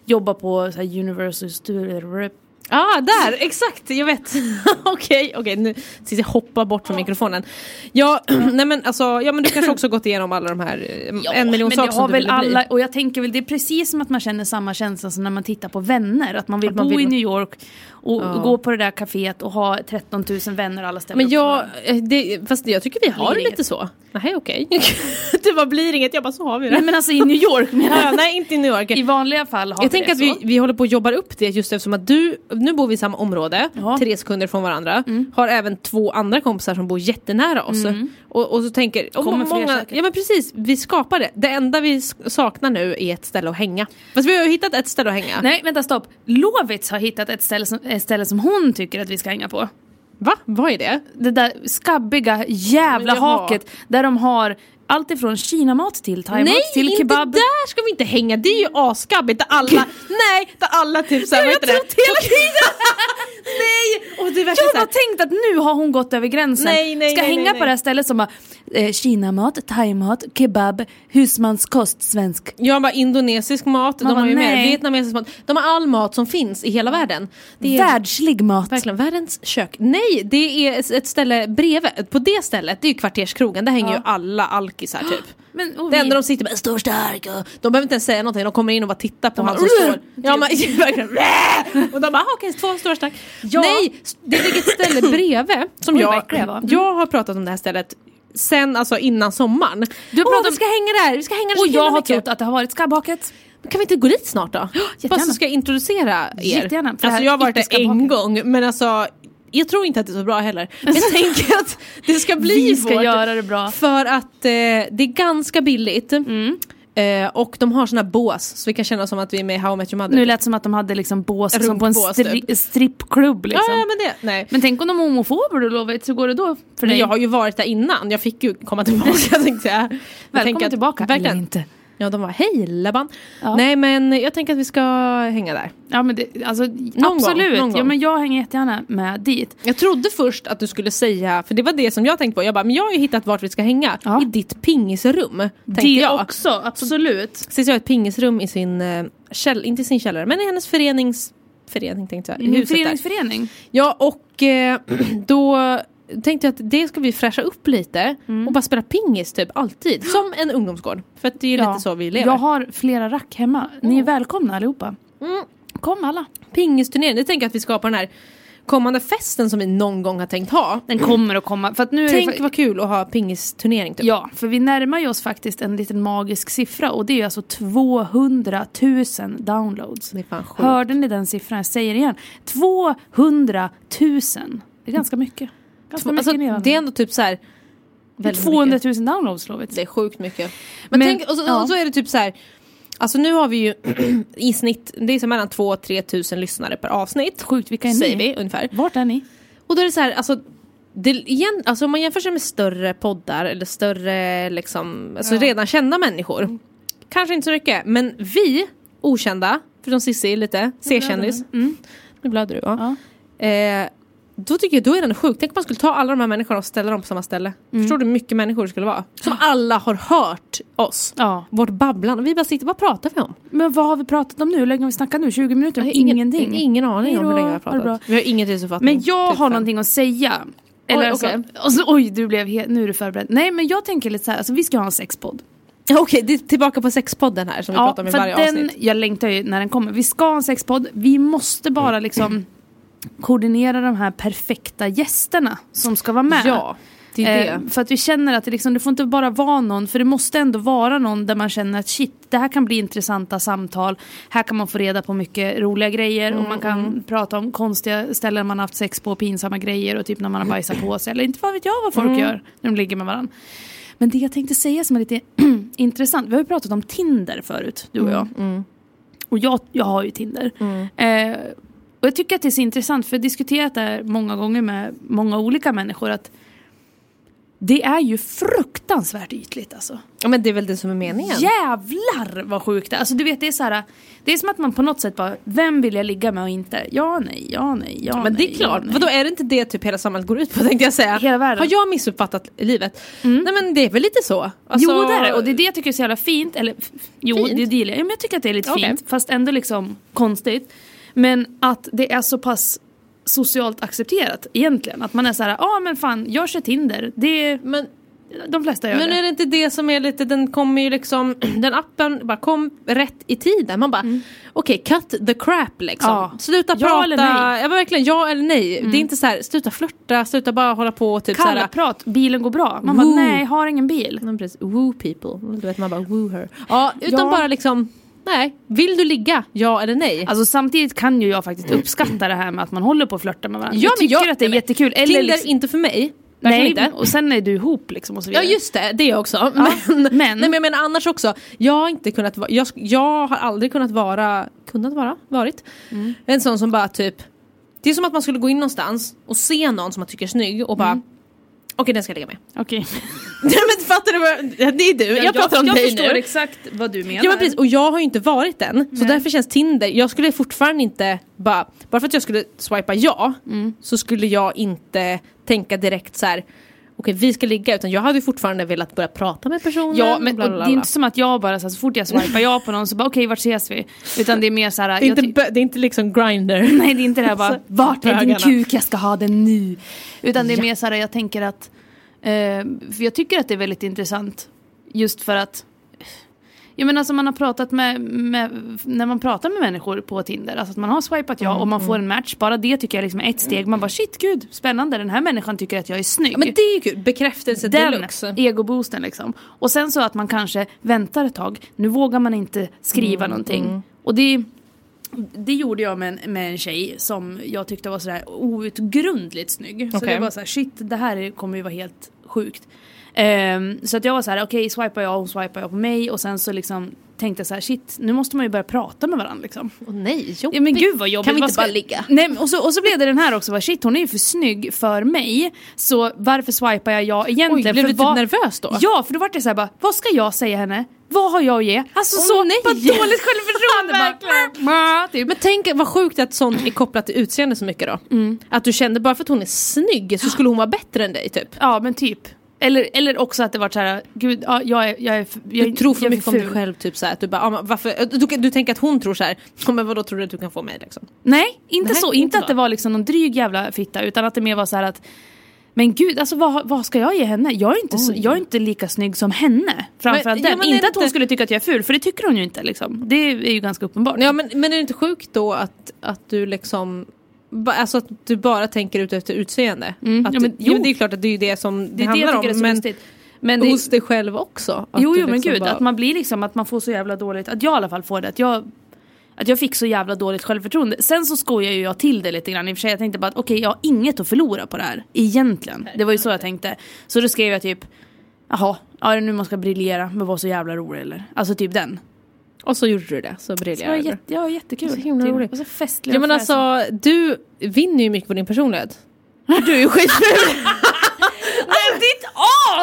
[SPEAKER 1] jobba på så här Universal Studios.
[SPEAKER 2] ah, där! Exakt, jag vet. Okej, okej. nu Cissi hoppar bort från mikrofonen. Ja, nej men alltså, ja men du kanske också gått igenom alla de här eh, en miljon
[SPEAKER 1] men
[SPEAKER 2] saker
[SPEAKER 1] det
[SPEAKER 2] som
[SPEAKER 1] har
[SPEAKER 2] du
[SPEAKER 1] väl
[SPEAKER 2] ville
[SPEAKER 1] alla,
[SPEAKER 2] bli.
[SPEAKER 1] och jag tänker väl det är precis som att man känner samma känsla som när man tittar på vänner, att man vill
[SPEAKER 2] Att man
[SPEAKER 1] bo
[SPEAKER 2] vill-
[SPEAKER 1] i New York och gå på det där kaféet och ha 13 000 vänner och alla ställer
[SPEAKER 2] Men
[SPEAKER 1] upp för
[SPEAKER 2] jag,
[SPEAKER 1] varandra.
[SPEAKER 2] eh, det, fast jag tycker vi har det
[SPEAKER 1] Liringet.
[SPEAKER 2] lite så. Nej okej. det bara blir inget, jag bara så har vi det.
[SPEAKER 1] Nej men alltså i New York menar
[SPEAKER 2] Ja,
[SPEAKER 1] jag.
[SPEAKER 2] nej inte i New York.
[SPEAKER 1] I vanliga fall har vi
[SPEAKER 2] Jag tänker
[SPEAKER 1] det
[SPEAKER 2] att vi,
[SPEAKER 1] så.
[SPEAKER 2] vi håller på att jobba upp det just eftersom att du, nu bor vi i samma område,
[SPEAKER 1] Ja.
[SPEAKER 2] tre sekunder från varandra, har även två andra kompisar som bor jättenära oss. Och, och så tänker, och
[SPEAKER 1] Kommer fler
[SPEAKER 2] många,
[SPEAKER 1] säkert.
[SPEAKER 2] ja men precis, vi skapar det. Det enda vi s- saknar nu är ett ställe att hänga. Fast vi har ju hittat ett ställe att hänga.
[SPEAKER 1] Nej vänta stopp. Lovits har hittat ett ställe, som, ett ställe som hon tycker att vi ska hänga på.
[SPEAKER 2] Va? Vad är det?
[SPEAKER 1] Det där skabbiga jävla
[SPEAKER 2] Men jaha.
[SPEAKER 1] haket där de har allt ifrån kinamat till thaimat
[SPEAKER 2] Nej,
[SPEAKER 1] till
[SPEAKER 2] inte
[SPEAKER 1] kebab.
[SPEAKER 2] där ska vi inte hänga, det är ju asskabbigt där alla, nej, där alla typ såhär,
[SPEAKER 1] Jag
[SPEAKER 2] vad
[SPEAKER 1] har
[SPEAKER 2] heter det?
[SPEAKER 1] trott hela tiden!
[SPEAKER 2] Nej! Och det är verkligen
[SPEAKER 1] Jag
[SPEAKER 2] såhär,
[SPEAKER 1] har tänkt att nu har hon gått över gränsen.
[SPEAKER 2] Nej, nej,
[SPEAKER 1] Ska
[SPEAKER 2] nej,
[SPEAKER 1] hänga
[SPEAKER 2] nej, nej.
[SPEAKER 1] på det här stället som bara eh, kinamat, thaimat, kebab, husmanskost, svensk.
[SPEAKER 2] Jag bara indonesisk mat,
[SPEAKER 1] Man
[SPEAKER 2] de
[SPEAKER 1] bara,
[SPEAKER 2] har ju mer
[SPEAKER 1] nej.
[SPEAKER 2] vietnamesisk mat. De har all mat som finns i hela världen. Det är
[SPEAKER 1] Världslig mat.
[SPEAKER 2] verkligen världens kök. Nej, det är ett ställe bredvid. På det stället, det är ju kvarterskrogen, där hänger ju alla alkisar typ.
[SPEAKER 1] Men, och
[SPEAKER 2] Det
[SPEAKER 1] vi-
[SPEAKER 2] enda de sitter med är stor stark och de behöver inte ens säga någonting, de kommer in och bara tittar på
[SPEAKER 1] De
[SPEAKER 2] han
[SPEAKER 1] bara,
[SPEAKER 2] som
[SPEAKER 1] "Urgh!"
[SPEAKER 2] står. Ja, man, verkligen, "Urgh!" och de bara, "Ah, okej, två stora stark. Nej, det ligger ett ställe bredvid som
[SPEAKER 1] Oj,
[SPEAKER 2] jag,
[SPEAKER 1] verkligen, va? Mm.
[SPEAKER 2] jag har pratat om det här stället sen, alltså innan sommaren. Du
[SPEAKER 1] pratat
[SPEAKER 2] vi
[SPEAKER 1] om-
[SPEAKER 2] ska hänga där, vi ska hänga där så
[SPEAKER 1] Och
[SPEAKER 2] himla
[SPEAKER 1] jag har
[SPEAKER 2] mycket."
[SPEAKER 1] trott att det har varit skabbhaket.
[SPEAKER 2] Kan vi inte gå dit snart då? Bara
[SPEAKER 1] jättegärna.
[SPEAKER 2] så ska jag introducera er.
[SPEAKER 1] Jättegärna, för det här
[SPEAKER 2] Alltså jag har varit där
[SPEAKER 1] yttersta
[SPEAKER 2] en
[SPEAKER 1] baken.
[SPEAKER 2] gång men alltså jag tror inte att det är så bra heller. Men jag tänker att det ska bli
[SPEAKER 1] Vi ska
[SPEAKER 2] vårt.
[SPEAKER 1] göra det bra. Mm.
[SPEAKER 2] För att eh, det är ganska billigt. Eh, och de har såna här bås så vi kan känna som att vi är med i How I Met Your Mother.
[SPEAKER 1] Nu lät det som att de hade liksom bås
[SPEAKER 2] Ett
[SPEAKER 1] som på en
[SPEAKER 2] rumpbås,
[SPEAKER 1] stri- strippklubb liksom.
[SPEAKER 2] ja, ja
[SPEAKER 1] men...
[SPEAKER 2] men det, nej.
[SPEAKER 1] tänk om de är homofober och lovit, hur går det då för
[SPEAKER 2] Men
[SPEAKER 1] dig?
[SPEAKER 2] jag har ju varit där innan, jag fick ju komma tillbaka tänkte jag. jag. tänker
[SPEAKER 1] Välkommen
[SPEAKER 2] att-
[SPEAKER 1] tillbaka.
[SPEAKER 2] Verkligen.
[SPEAKER 1] Eller inte.
[SPEAKER 2] Ja de var hej Laban.
[SPEAKER 1] Ja.
[SPEAKER 2] Nej men jag tänker att vi ska hänga där.
[SPEAKER 1] Ja men det, alltså
[SPEAKER 2] gång,
[SPEAKER 1] absolut.
[SPEAKER 2] någon
[SPEAKER 1] Ja
[SPEAKER 2] gång.
[SPEAKER 1] men jag hänger jättegärna med dit.
[SPEAKER 2] Jag trodde först att du skulle säga, för det var det som jag tänkte på, jag bara, men jag har ju hittat vart vi ska hänga.
[SPEAKER 1] Ja.
[SPEAKER 2] I ditt pingisrum. Tänkte
[SPEAKER 1] Det
[SPEAKER 2] jag.
[SPEAKER 1] också, absolut.
[SPEAKER 2] Sist jag har ett pingisrum i sin, eh, käll, inte i sin källare, men i hennes förenings... Förening tänkte jag, i
[SPEAKER 1] Min
[SPEAKER 2] huset där.
[SPEAKER 1] föreningsförening.
[SPEAKER 2] Ja och eh, då tänkte jag att det ska vi fräscha upp lite
[SPEAKER 1] Mm.
[SPEAKER 2] och bara spela pingis typ alltid. Som en ungdomsgård. För att det är ju lite så vi lever. Mm.
[SPEAKER 1] Jag har flera rack hemma. Ni är välkomna allihopa. Kom alla.
[SPEAKER 2] Pingisturnering, det tänker jag att vi skapar den här kommande festen som vi någon gång har tänkt ha.
[SPEAKER 1] Den kommer att komma. För att nu är det,
[SPEAKER 2] Tänk
[SPEAKER 1] fa-
[SPEAKER 2] vad kul att ha pingisturnering typ.
[SPEAKER 1] Ja, för vi närmar ju oss faktiskt en liten magisk siffra och det är ju alltså 200 000 downloads.
[SPEAKER 2] Det är fan sjukt.
[SPEAKER 1] Hörde ni den siffran? Jag säger det igen. 200 000. Det är ganska mycket. Ganska mycket
[SPEAKER 2] Alltså,
[SPEAKER 1] nyanlända.
[SPEAKER 2] det är ändå typ så här väldigt
[SPEAKER 1] 200
[SPEAKER 2] mycket.
[SPEAKER 1] 000 downloads Lovits.
[SPEAKER 2] Det är sjukt mycket. Men,
[SPEAKER 1] Men,
[SPEAKER 2] tänk, och så,
[SPEAKER 1] ja.
[SPEAKER 2] och så är det typ så här. Alltså nu har vi ju i snitt, det är så mellan 2 och 3 tusen lyssnare per avsnitt.
[SPEAKER 1] Sjukt, vilka är
[SPEAKER 2] Säger
[SPEAKER 1] ni?
[SPEAKER 2] vi ungefär.
[SPEAKER 1] Vart är ni?
[SPEAKER 2] Och då är det så här, alltså, det, igen, alltså om man jämför sig med större poddar eller större liksom, alltså redan kända
[SPEAKER 1] Mm.
[SPEAKER 2] människor. Kanske inte så mycket, men vi okända, förutom Cissi lite, C-kändis. Mm. Nu blöder du ja. Eh, då tycker jag då är det ändå sjukt, tänk om man skulle ta alla de här människorna och ställa dem på samma ställe.
[SPEAKER 1] Mm.
[SPEAKER 2] Förstår du hur mycket människor det skulle vara? Som alla har hört oss.
[SPEAKER 1] Ja.
[SPEAKER 2] Vårt babblande, vi bara sitter, vad pratar vi om?
[SPEAKER 1] Men vad har vi pratat om nu? Hur länge har vi snackat nu? 20 minuter? Ingenting.
[SPEAKER 2] Ingen aning om hur
[SPEAKER 1] Hejdå,
[SPEAKER 2] länge vi har
[SPEAKER 1] ha det bra.
[SPEAKER 2] pratat. Vi har ingen tidsuppfattning.
[SPEAKER 1] Men jag
[SPEAKER 2] Typ
[SPEAKER 1] har
[SPEAKER 2] fem.
[SPEAKER 1] någonting att säga. Eller
[SPEAKER 2] Oj,
[SPEAKER 1] alltså,
[SPEAKER 2] okej.
[SPEAKER 1] alltså, oj, du blev helt, nu är du förberedd. Nej, men jag tänker lite så här, alltså, vi ska ha en sexpodd.
[SPEAKER 2] Ja, Okej, det är tillbaka på sexpodden här som vi pratar om i
[SPEAKER 1] för
[SPEAKER 2] varje
[SPEAKER 1] den,
[SPEAKER 2] avsnitt.
[SPEAKER 1] Jag längtar ju när den kommer. Vi ska ha en sexpodd, vi måste bara
[SPEAKER 2] Mm.
[SPEAKER 1] liksom koordinera de här perfekta gästerna som ska vara med.
[SPEAKER 2] Ja, det är
[SPEAKER 1] Eh,
[SPEAKER 2] det.
[SPEAKER 1] för att vi känner att det, liksom, det får inte bara vara någon, för det måste ändå vara någon där man känner att shit, det här kan bli intressanta samtal, här kan man få reda på mycket roliga grejer och man kan
[SPEAKER 2] Mm.
[SPEAKER 1] prata om konstiga ställen man har haft sex på, pinsamma grejer och typ när man har bajsat på sig eller inte vad vet jag vad folk
[SPEAKER 2] Mm.
[SPEAKER 1] gör när de ligger med varandra. Men det jag tänkte säga som är lite intressant, vi har ju pratat om Tinder förut, du
[SPEAKER 2] Mm,
[SPEAKER 1] och jag. Och jag, jag har ju Tinder. Eh, och jag tycker att det är så intressant, för jag har diskuterat det här många gånger med många olika människor, att det är ju fruktansvärt ytligt alltså.
[SPEAKER 2] Ja, men det är väl det som är meningen.
[SPEAKER 1] Jävlar vad sjukt det är. Alltså du vet det är så här, det är som att man på något sätt bara, vem vill jag ligga med och inte? Ja, nej, ja, nej, ja,
[SPEAKER 2] Men
[SPEAKER 1] nej,
[SPEAKER 2] det är klart,
[SPEAKER 1] ja, nej.
[SPEAKER 2] vadå är det inte det typ hela samhället går ut på tänkte jag säga?
[SPEAKER 1] Hela världen. Mm.
[SPEAKER 2] Har jag missuppfattat livet? Nej men det är väl lite så? Alltså-
[SPEAKER 1] Jo det är det, och det är det jag tycker är så jävla fint. Eller, f- jo,
[SPEAKER 2] Fint?
[SPEAKER 1] det gillar jag. Ja, men jag tycker att det är lite
[SPEAKER 2] Okej.
[SPEAKER 1] fint, fast ändå liksom konstigt. Men att det är så pass socialt accepterat egentligen. Att man är så här, ja ah, men fan, jag kör Tinder. Det är
[SPEAKER 2] Men
[SPEAKER 1] De flesta gör
[SPEAKER 2] Men
[SPEAKER 1] det.
[SPEAKER 2] är det inte det som är lite, den kommer ju liksom, den appen bara kom rätt i tiden. Man bara, okej cut the crap liksom.
[SPEAKER 1] Mm. Ja.
[SPEAKER 2] Sluta
[SPEAKER 1] Ja
[SPEAKER 2] prata,
[SPEAKER 1] eller nej? Mm.
[SPEAKER 2] ja men verkligen ja eller nej. Det är inte så här, sluta flörta, sluta bara hålla på och typ så här.
[SPEAKER 1] Kallprat, bilen går bra. Man bara,
[SPEAKER 2] Woo.
[SPEAKER 1] nej, jag har ingen bil.
[SPEAKER 2] Men precis, woo people, du vet man bara woo her. Ja, utan
[SPEAKER 1] Ja.
[SPEAKER 2] bara liksom, nej, vill du ligga, ja eller nej?
[SPEAKER 1] Alltså samtidigt kan ju jag faktiskt uppskatta det här med att man håller på att flörta med varandra.
[SPEAKER 2] Mm. Ja,
[SPEAKER 1] jag
[SPEAKER 2] men
[SPEAKER 1] tycker
[SPEAKER 2] jag-
[SPEAKER 1] att det är
[SPEAKER 2] nej, men
[SPEAKER 1] jättekul. Eller
[SPEAKER 2] Tinder,
[SPEAKER 1] liksom,
[SPEAKER 2] inte för mig. Verkligen
[SPEAKER 1] nej,
[SPEAKER 2] inte.
[SPEAKER 1] och sen är du ihop liksom och så
[SPEAKER 2] Ja
[SPEAKER 1] vidare.
[SPEAKER 2] just det, det också. Men,
[SPEAKER 1] men-
[SPEAKER 2] Nej, men jag menar annars också, jag har inte kunnat vara, jag, sk- jag har aldrig kunnat vara, kunnat vara, varit.
[SPEAKER 1] Mm.
[SPEAKER 2] En sån som bara typ, det är som att man skulle gå in någonstans och se någon som man tycker är snygg och bara
[SPEAKER 1] Mm.
[SPEAKER 2] Okej den ska jag ligga med.
[SPEAKER 1] Okej.
[SPEAKER 2] Nej men fattar du vad, ja, det är du, jag, pratar om dig nu.
[SPEAKER 1] exakt vad du menar.
[SPEAKER 2] Ja men precis, och jag har ju inte varit den. Så därför känns Tinder, jag skulle fortfarande inte bara, bara för att jag skulle swipa ja, så skulle jag inte tänka direkt så här. okej vi ska ligga, utan jag hade ju fortfarande velat börja prata med personen.
[SPEAKER 1] Ja, men
[SPEAKER 2] Mm, bla,
[SPEAKER 1] och
[SPEAKER 2] bla, bla,
[SPEAKER 1] det är
[SPEAKER 2] bla.
[SPEAKER 1] inte som att jag bara så, här, så fort jag swipar ja på någon så bara okej vart ses vi? Utan det är mer så här,
[SPEAKER 2] det, är
[SPEAKER 1] jag
[SPEAKER 2] inte,
[SPEAKER 1] ty-
[SPEAKER 2] bö- det är inte liksom grinder.
[SPEAKER 1] Nej det är inte det här bara,
[SPEAKER 2] Så-
[SPEAKER 1] vart är din
[SPEAKER 2] bögarna.
[SPEAKER 1] kuk, jag ska ha den nu. Utan det är mer så här, jag tänker att, eh, för jag tycker att det är väldigt intressant. Just för att, jag menar alltså man har pratat med, med, när man pratar med människor på Tinder, alltså att man har swipat ja
[SPEAKER 2] Mm,
[SPEAKER 1] och man får en match, bara det tycker jag liksom är ett steg, man bara shit gud, spännande, den här människan tycker att jag är snygg.
[SPEAKER 2] Ja, men det är ju kul, bekräftelse
[SPEAKER 1] Den
[SPEAKER 2] deluxe.
[SPEAKER 1] egoboosten liksom. Och sen så att man kanske väntar ett tag, nu vågar man inte skriva någonting. Och det, det gjorde jag med en, med en tjej som jag tyckte var sådär outgrundligt snygg. Så
[SPEAKER 2] Okej.
[SPEAKER 1] det var såhär shit, det här kommer ju vara helt sjukt. Ehm, så att jag var så här: okej swipar jag, hon swipar jag på mig och sen så liksom tänkte jag så här: shit nu måste man ju börja prata med varandra liksom.
[SPEAKER 2] Åh nej, jobbigt.
[SPEAKER 1] Ja men gud vad jobbigt.
[SPEAKER 2] Kan vi
[SPEAKER 1] Vad
[SPEAKER 2] inte
[SPEAKER 1] ska-
[SPEAKER 2] bara ligga?
[SPEAKER 1] Nej, men- och, så, och så blev det den här också, bara, shit hon är ju för snygg för mig. Så varför swipar jag ja
[SPEAKER 2] Oj,
[SPEAKER 1] egentligen?
[SPEAKER 2] blev
[SPEAKER 1] för
[SPEAKER 2] du typ
[SPEAKER 1] vad-
[SPEAKER 2] nervös då?
[SPEAKER 1] Ja, för då var det så här bara, vad ska jag säga henne? Vad har jag att ge? Alltså
[SPEAKER 2] Åh,
[SPEAKER 1] så
[SPEAKER 2] nej.
[SPEAKER 1] bara dåligt självförtroende.
[SPEAKER 2] Verkligen.
[SPEAKER 1] bara, typ.
[SPEAKER 2] Men tänk vad sjukt att sånt är kopplat till utseende så mycket då.
[SPEAKER 1] Mm.
[SPEAKER 2] Att du kände bara för att hon är snygg så skulle hon vara bättre än dig typ.
[SPEAKER 1] Ja men typ. Eller, eller också att det varit så här, gud ja, jag är, jag är f- jag,
[SPEAKER 2] Du tror för
[SPEAKER 1] jag är
[SPEAKER 2] mycket om dig
[SPEAKER 1] ful.
[SPEAKER 2] själv, typ såhär, att du bara, ah, men varför? Du, du, du tänker att hon tror såhär, ja, men vadå tror du att du kan få mig liksom?
[SPEAKER 1] Nej, inte
[SPEAKER 2] Nej,
[SPEAKER 1] så.
[SPEAKER 2] inte
[SPEAKER 1] Inte,
[SPEAKER 2] så.
[SPEAKER 1] att det var liksom någon dryg jävla fitta utan att det mer var så här att men gud, alltså vad, vad ska jag ge henne? Jag är inte, så, jag är inte lika snygg som henne. Framförallt
[SPEAKER 2] ja,
[SPEAKER 1] den.
[SPEAKER 2] men
[SPEAKER 1] Inte
[SPEAKER 2] är det
[SPEAKER 1] att hon
[SPEAKER 2] inte-
[SPEAKER 1] skulle tycka att jag är ful, för det tycker hon ju inte. Liksom. Det är ju ganska uppenbart.
[SPEAKER 2] Ja men, men är det inte sjukt då att, att du liksom ba- Alltså att du bara tänker ut efter utseende. att,
[SPEAKER 1] Mm. ja, men-
[SPEAKER 2] jo,
[SPEAKER 1] jo.
[SPEAKER 2] men det är klart att det är ju det som
[SPEAKER 1] det
[SPEAKER 2] det,
[SPEAKER 1] är det jag
[SPEAKER 2] handlar
[SPEAKER 1] tycker är
[SPEAKER 2] om.
[SPEAKER 1] så
[SPEAKER 2] men
[SPEAKER 1] lustigt. Men det,
[SPEAKER 2] hos dig själv också. att
[SPEAKER 1] jo,
[SPEAKER 2] du
[SPEAKER 1] jo men
[SPEAKER 2] liksom
[SPEAKER 1] gud,
[SPEAKER 2] bara-
[SPEAKER 1] att man blir liksom, att man får så jävla dåligt, att jag i alla fall får det, att jag att jag fick så jävla dåligt självförtroende. Sen så skojar ju jag till det lite grann i och för sig. Jag tänkte bara att okej, jag har inget att förlora på det här. Egentligen. Det var ju så jag tänkte. Så då skrev jag typ, jaha, ja, är det nu man ska briljera men vara så jävla rolig eller? Alltså typ den.
[SPEAKER 2] Och så gjorde du det, så
[SPEAKER 1] Det var
[SPEAKER 2] briljerade du.
[SPEAKER 1] jätte, ja, jättekul.
[SPEAKER 2] Så himla
[SPEAKER 1] Till-
[SPEAKER 2] roligt.
[SPEAKER 1] Och så festlig
[SPEAKER 2] Ja men
[SPEAKER 1] och
[SPEAKER 2] alltså, du vinner ju mycket på din personlighet. Du är ju skitful!
[SPEAKER 1] fräsig. Ditt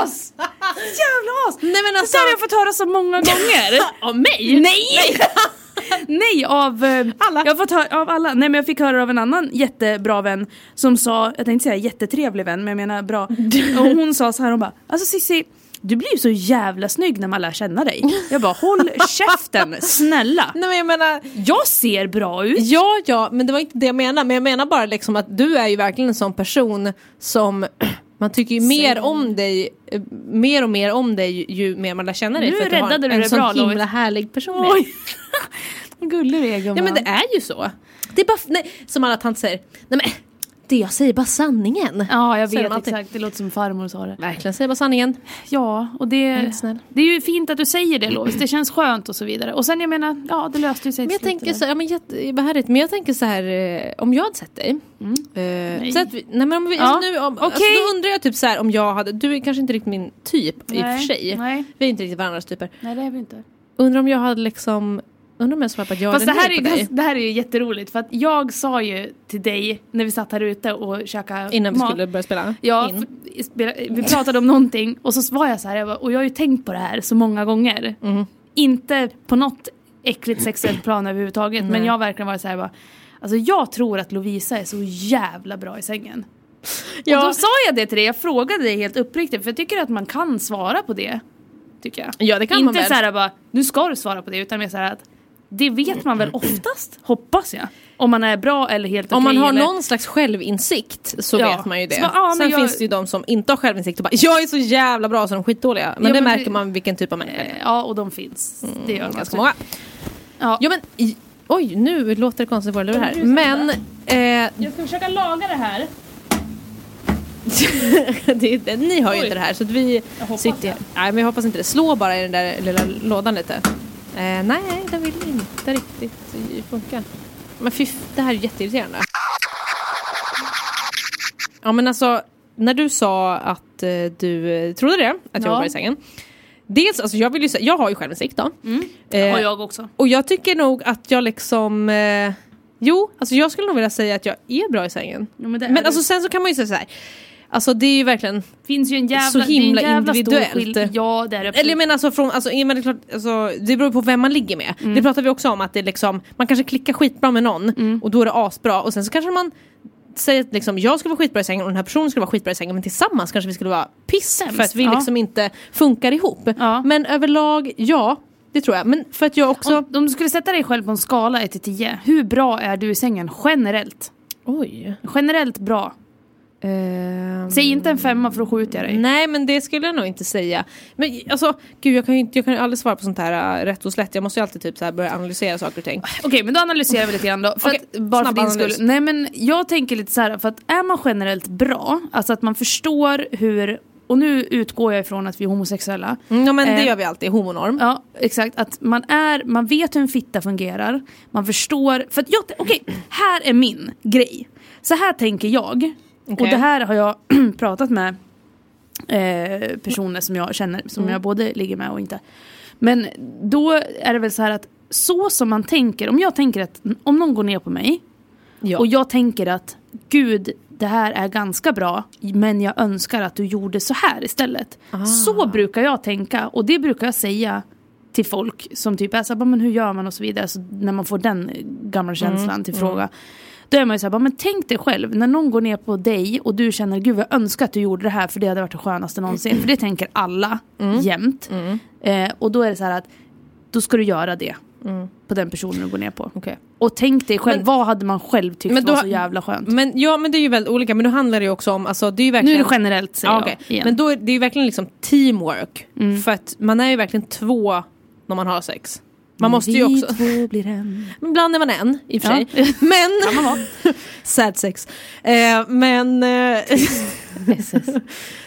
[SPEAKER 1] as! Jävla as!
[SPEAKER 2] Nej men
[SPEAKER 1] Det där har jag fått höra så många gånger.
[SPEAKER 2] av mig?
[SPEAKER 1] alltså- Nej! Nej, av eh,
[SPEAKER 2] Alla.
[SPEAKER 1] Jag har fått höra, av alla. Nej men jag fick höra av en annan jättebra vän som sa, jag tänkte säga jättetrevlig vän men jag menar bra. Och hon sa så här, hon bara, alltså Cissi du blir ju så jävla snygg när man lär känna dig. Jag bara håll käften, snälla.
[SPEAKER 2] Nej men jag menar,
[SPEAKER 1] Jag ser bra ut.
[SPEAKER 2] Ja, ja, men det var inte det jag menade. Men jag menar bara liksom att du är ju verkligen en sån person som man tycker ju mer om dig, eh, mer och mer om dig ju- ju mer man lär känna dig.
[SPEAKER 1] Nu
[SPEAKER 2] för att du har
[SPEAKER 1] räddade du
[SPEAKER 2] en
[SPEAKER 1] det
[SPEAKER 2] sån
[SPEAKER 1] bra,
[SPEAKER 2] himla
[SPEAKER 1] Lovis.
[SPEAKER 2] härlig personlighet.
[SPEAKER 1] Vad gullig du är gumman.
[SPEAKER 2] Ja men det är ju så. Det är bara, nej, som alla tanter säger, nej men det jag säger är bara sanningen.
[SPEAKER 1] Ja jag
[SPEAKER 2] Säger de
[SPEAKER 1] vet
[SPEAKER 2] alltid.
[SPEAKER 1] exakt, det låter som farmor sa det.
[SPEAKER 2] Verkligen säger bara sanningen.
[SPEAKER 1] Ja och det,
[SPEAKER 2] är snäll.
[SPEAKER 1] det är ju fint att du säger det Lovis, det känns skönt och så vidare. Och sen jag menar, ja det löste ju sig
[SPEAKER 2] Men
[SPEAKER 1] till slut,
[SPEAKER 2] jag
[SPEAKER 1] det
[SPEAKER 2] tänker
[SPEAKER 1] där.
[SPEAKER 2] så, ja, men jätte- vad härligt. men jag tänker så här, eh, om jag hade sett dig. Eh, så att vi, nej men om vi,
[SPEAKER 1] Mm. Ja,
[SPEAKER 2] alltså nu, om, alltså,
[SPEAKER 1] okej.
[SPEAKER 2] då undrar jag typ så här om jag hade, du är kanske inte riktigt min typ i och
[SPEAKER 1] Nej,
[SPEAKER 2] för sig.
[SPEAKER 1] nej.
[SPEAKER 2] Vi är inte riktigt varandras typer.
[SPEAKER 1] Nej det är vi inte.
[SPEAKER 2] Undrar om jag hade liksom, undrar om jag swipat ja
[SPEAKER 1] Fast det
[SPEAKER 2] eller
[SPEAKER 1] här,
[SPEAKER 2] nej
[SPEAKER 1] är,
[SPEAKER 2] på
[SPEAKER 1] ju
[SPEAKER 2] dig.
[SPEAKER 1] ganska- det här är ju jätteroligt för att jag sa ju till dig när vi satt här ute och käkade
[SPEAKER 2] Innan vi
[SPEAKER 1] mat.
[SPEAKER 2] skulle börja spela
[SPEAKER 1] Ja,
[SPEAKER 2] in.
[SPEAKER 1] för- spela- vi pratade om någonting och så var jag så här, jag bara, och jag har ju tänkt på det här så många gånger.
[SPEAKER 2] Mm.
[SPEAKER 1] Inte på något äckligt sexuellt plan överhuvudtaget men jag har verkligen varit så här bara, alltså jag tror att Lovisa är så jävla bra i sängen. Och då sa jag det till dig, jag frågade dig helt uppriktigt för jag tycker att man kan svara på det. Tycker jag.
[SPEAKER 2] Ja, det kan
[SPEAKER 1] Inte
[SPEAKER 2] man väl.
[SPEAKER 1] så här bara, nu ska du svara på det utan mer så här att Det vet man väl oftast, hoppas jag. Om man är bra eller helt okej.
[SPEAKER 2] Om man har
[SPEAKER 1] eller...
[SPEAKER 2] någon slags självinsikt så
[SPEAKER 1] Ja.
[SPEAKER 2] vet man ju det.
[SPEAKER 1] Så bara, ja, men
[SPEAKER 2] Sen
[SPEAKER 1] jag-
[SPEAKER 2] finns det ju de som inte har självinsikt och bara “jag är så jävla bra så de är skitdåliga”. Men
[SPEAKER 1] Ja,
[SPEAKER 2] det
[SPEAKER 1] men
[SPEAKER 2] märker
[SPEAKER 1] det-
[SPEAKER 2] man vilken typ av människa det är.
[SPEAKER 1] Ja, och de finns. Det gör de
[SPEAKER 2] Mm, Ganska
[SPEAKER 1] också.
[SPEAKER 2] många.
[SPEAKER 1] Mm, Ja.
[SPEAKER 2] Ja men, i- oj nu låter det konstigt, vad det här.
[SPEAKER 1] Ja, det är
[SPEAKER 2] Men, eh,
[SPEAKER 1] Jag ska försöka laga det här.
[SPEAKER 2] det, det, ni hör ju
[SPEAKER 1] Oj.
[SPEAKER 2] inte det här så att vi
[SPEAKER 1] Jag hoppas
[SPEAKER 2] sitter...
[SPEAKER 1] det.
[SPEAKER 2] Nej men jag hoppas inte det. Slå bara i den där lilla lådan lite. Eh, nej, den vill inte riktigt funka. Men fy, f- det här är jätteirriterande. Ja men alltså, när du sa att eh, du eh, trodde det, att jag
[SPEAKER 1] Ja.
[SPEAKER 2] var i sängen. Dels, alltså jag vill ju sä- jag har ju självinsikt då. Eh,
[SPEAKER 1] Och jag också.
[SPEAKER 2] och jag tycker nog att jag liksom... Eh, jo, alltså jag skulle nog vilja säga att jag är bra i sängen.
[SPEAKER 1] Jo, men det är
[SPEAKER 2] men
[SPEAKER 1] du.
[SPEAKER 2] alltså sen så kan man ju säga så här. Alltså det är ju verkligen...
[SPEAKER 1] finns ju en jävla,
[SPEAKER 2] så
[SPEAKER 1] det är
[SPEAKER 2] himla
[SPEAKER 1] en jävla
[SPEAKER 2] individuellt.
[SPEAKER 1] Stor skill- ja, det är det absolut.
[SPEAKER 2] Eller jag menar alltså från... Alltså, men det, är klart, alltså, det beror ju på vem man ligger med. Det pratar vi också om att det är liksom... Man kanske klickar skitbra med någon och då är det asbra och sen så kanske man säger att liksom, jag skulle vara skitbra i sängen och den här personen skulle vara skitbra i sängen men tillsammans kanske vi skulle vara piss för att vi
[SPEAKER 1] ja.
[SPEAKER 2] liksom inte funkar ihop.
[SPEAKER 1] Ja.
[SPEAKER 2] Men överlag, ja. Det tror jag. Men för att jag också...
[SPEAKER 1] Om, om du skulle sätta dig själv på en skala 1 till 10, hur bra är du i sängen generellt?
[SPEAKER 2] Oj.
[SPEAKER 1] Generellt bra.
[SPEAKER 2] Ehm.
[SPEAKER 1] Säg inte en femma för då skjuter jag dig.
[SPEAKER 2] Nej men det skulle jag nog inte säga. Men alltså, gud jag kan ju, inte, jag kan ju aldrig svara på sånt här äh, rätt och slätt. Jag måste ju alltid typ så här börja analysera saker och ting.
[SPEAKER 1] Okej, men då analyserar vi lite grann då. För
[SPEAKER 2] Okej,
[SPEAKER 1] att, bara för
[SPEAKER 2] snabb
[SPEAKER 1] din
[SPEAKER 2] analys.
[SPEAKER 1] skull. Nej, men jag tänker lite så här, för att är man generellt bra, alltså att man förstår hur, och nu utgår jag ifrån att vi är homosexuella.
[SPEAKER 2] Ja men det
[SPEAKER 1] Eh,
[SPEAKER 2] gör vi alltid, homonorm.
[SPEAKER 1] Ja, exakt. Att man, är, man vet hur en fitta fungerar, man förstår. För att jag, okej, här är min grej. Så här tänker jag. Och
[SPEAKER 2] Okej.
[SPEAKER 1] det här har jag pratat med eh, personer som jag känner, som
[SPEAKER 2] Mm.
[SPEAKER 1] jag både ligger med och inte. Men då är det väl så här att så som man tänker, om jag tänker att om någon går ner på mig
[SPEAKER 2] Ja.
[SPEAKER 1] och jag tänker att gud, det här är ganska bra, men jag önskar att du gjorde så här istället.
[SPEAKER 2] Ah.
[SPEAKER 1] Så brukar jag tänka och det brukar jag säga till folk som typ är så här, "Bara, men hur gör man och så vidare. Så när man får den
[SPEAKER 2] Mm.
[SPEAKER 1] gamla känslan till fråga. Då är man ju såhär, men tänk dig själv, när någon går ner på dig och du känner, gud jag önskar att du gjorde det här för det hade varit det skönaste någonsin. För det tänker alla
[SPEAKER 2] Mm.
[SPEAKER 1] jämt. Eh, och då är det så här att, då ska du göra det. På den personen du går ner på.
[SPEAKER 2] Okej.
[SPEAKER 1] Och tänk dig själv,
[SPEAKER 2] Mm. Men-
[SPEAKER 1] vad hade man själv tyckt
[SPEAKER 2] Men då- Mm.
[SPEAKER 1] var så jävla skönt?
[SPEAKER 2] Men, ja men det är ju väldigt olika, men då handlar det ju också om, alltså det är
[SPEAKER 1] nu
[SPEAKER 2] ju verkligen...
[SPEAKER 1] är det generellt säger
[SPEAKER 2] ja, okej.
[SPEAKER 1] jag. Igen. Mm.
[SPEAKER 2] Men då är det är ju verkligen liksom teamwork. För att man är ju verkligen två när man har sex. Man måste ju också...
[SPEAKER 1] två blir en.
[SPEAKER 2] Ibland är man en, i och för
[SPEAKER 1] Ja.
[SPEAKER 2] sig. Men... Sad sex. Eh, men... Eh,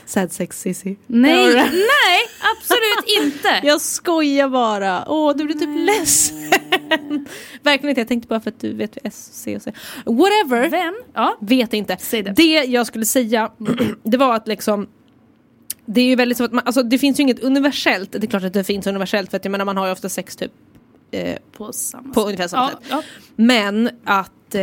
[SPEAKER 2] sad sex, Cissi.
[SPEAKER 1] Nej,
[SPEAKER 2] Där har du det.
[SPEAKER 1] nej, absolut inte.
[SPEAKER 2] Jag skojar bara. Åh, du blir typ ledsen. Verkligen inte, jag tänkte bara för att du vet S, C och C. Whatever.
[SPEAKER 1] Vem? Ja.
[SPEAKER 2] Vet inte.
[SPEAKER 1] Säg det.
[SPEAKER 2] jag skulle säga, det var att liksom det är ju väldigt så att man, alltså det finns ju inget universellt, det är klart att det finns universellt för att jag menar man har ju ofta sex typ
[SPEAKER 1] På samma
[SPEAKER 2] på ungefär samma
[SPEAKER 1] ja,
[SPEAKER 2] sätt.
[SPEAKER 1] Ja.
[SPEAKER 2] Men att eh,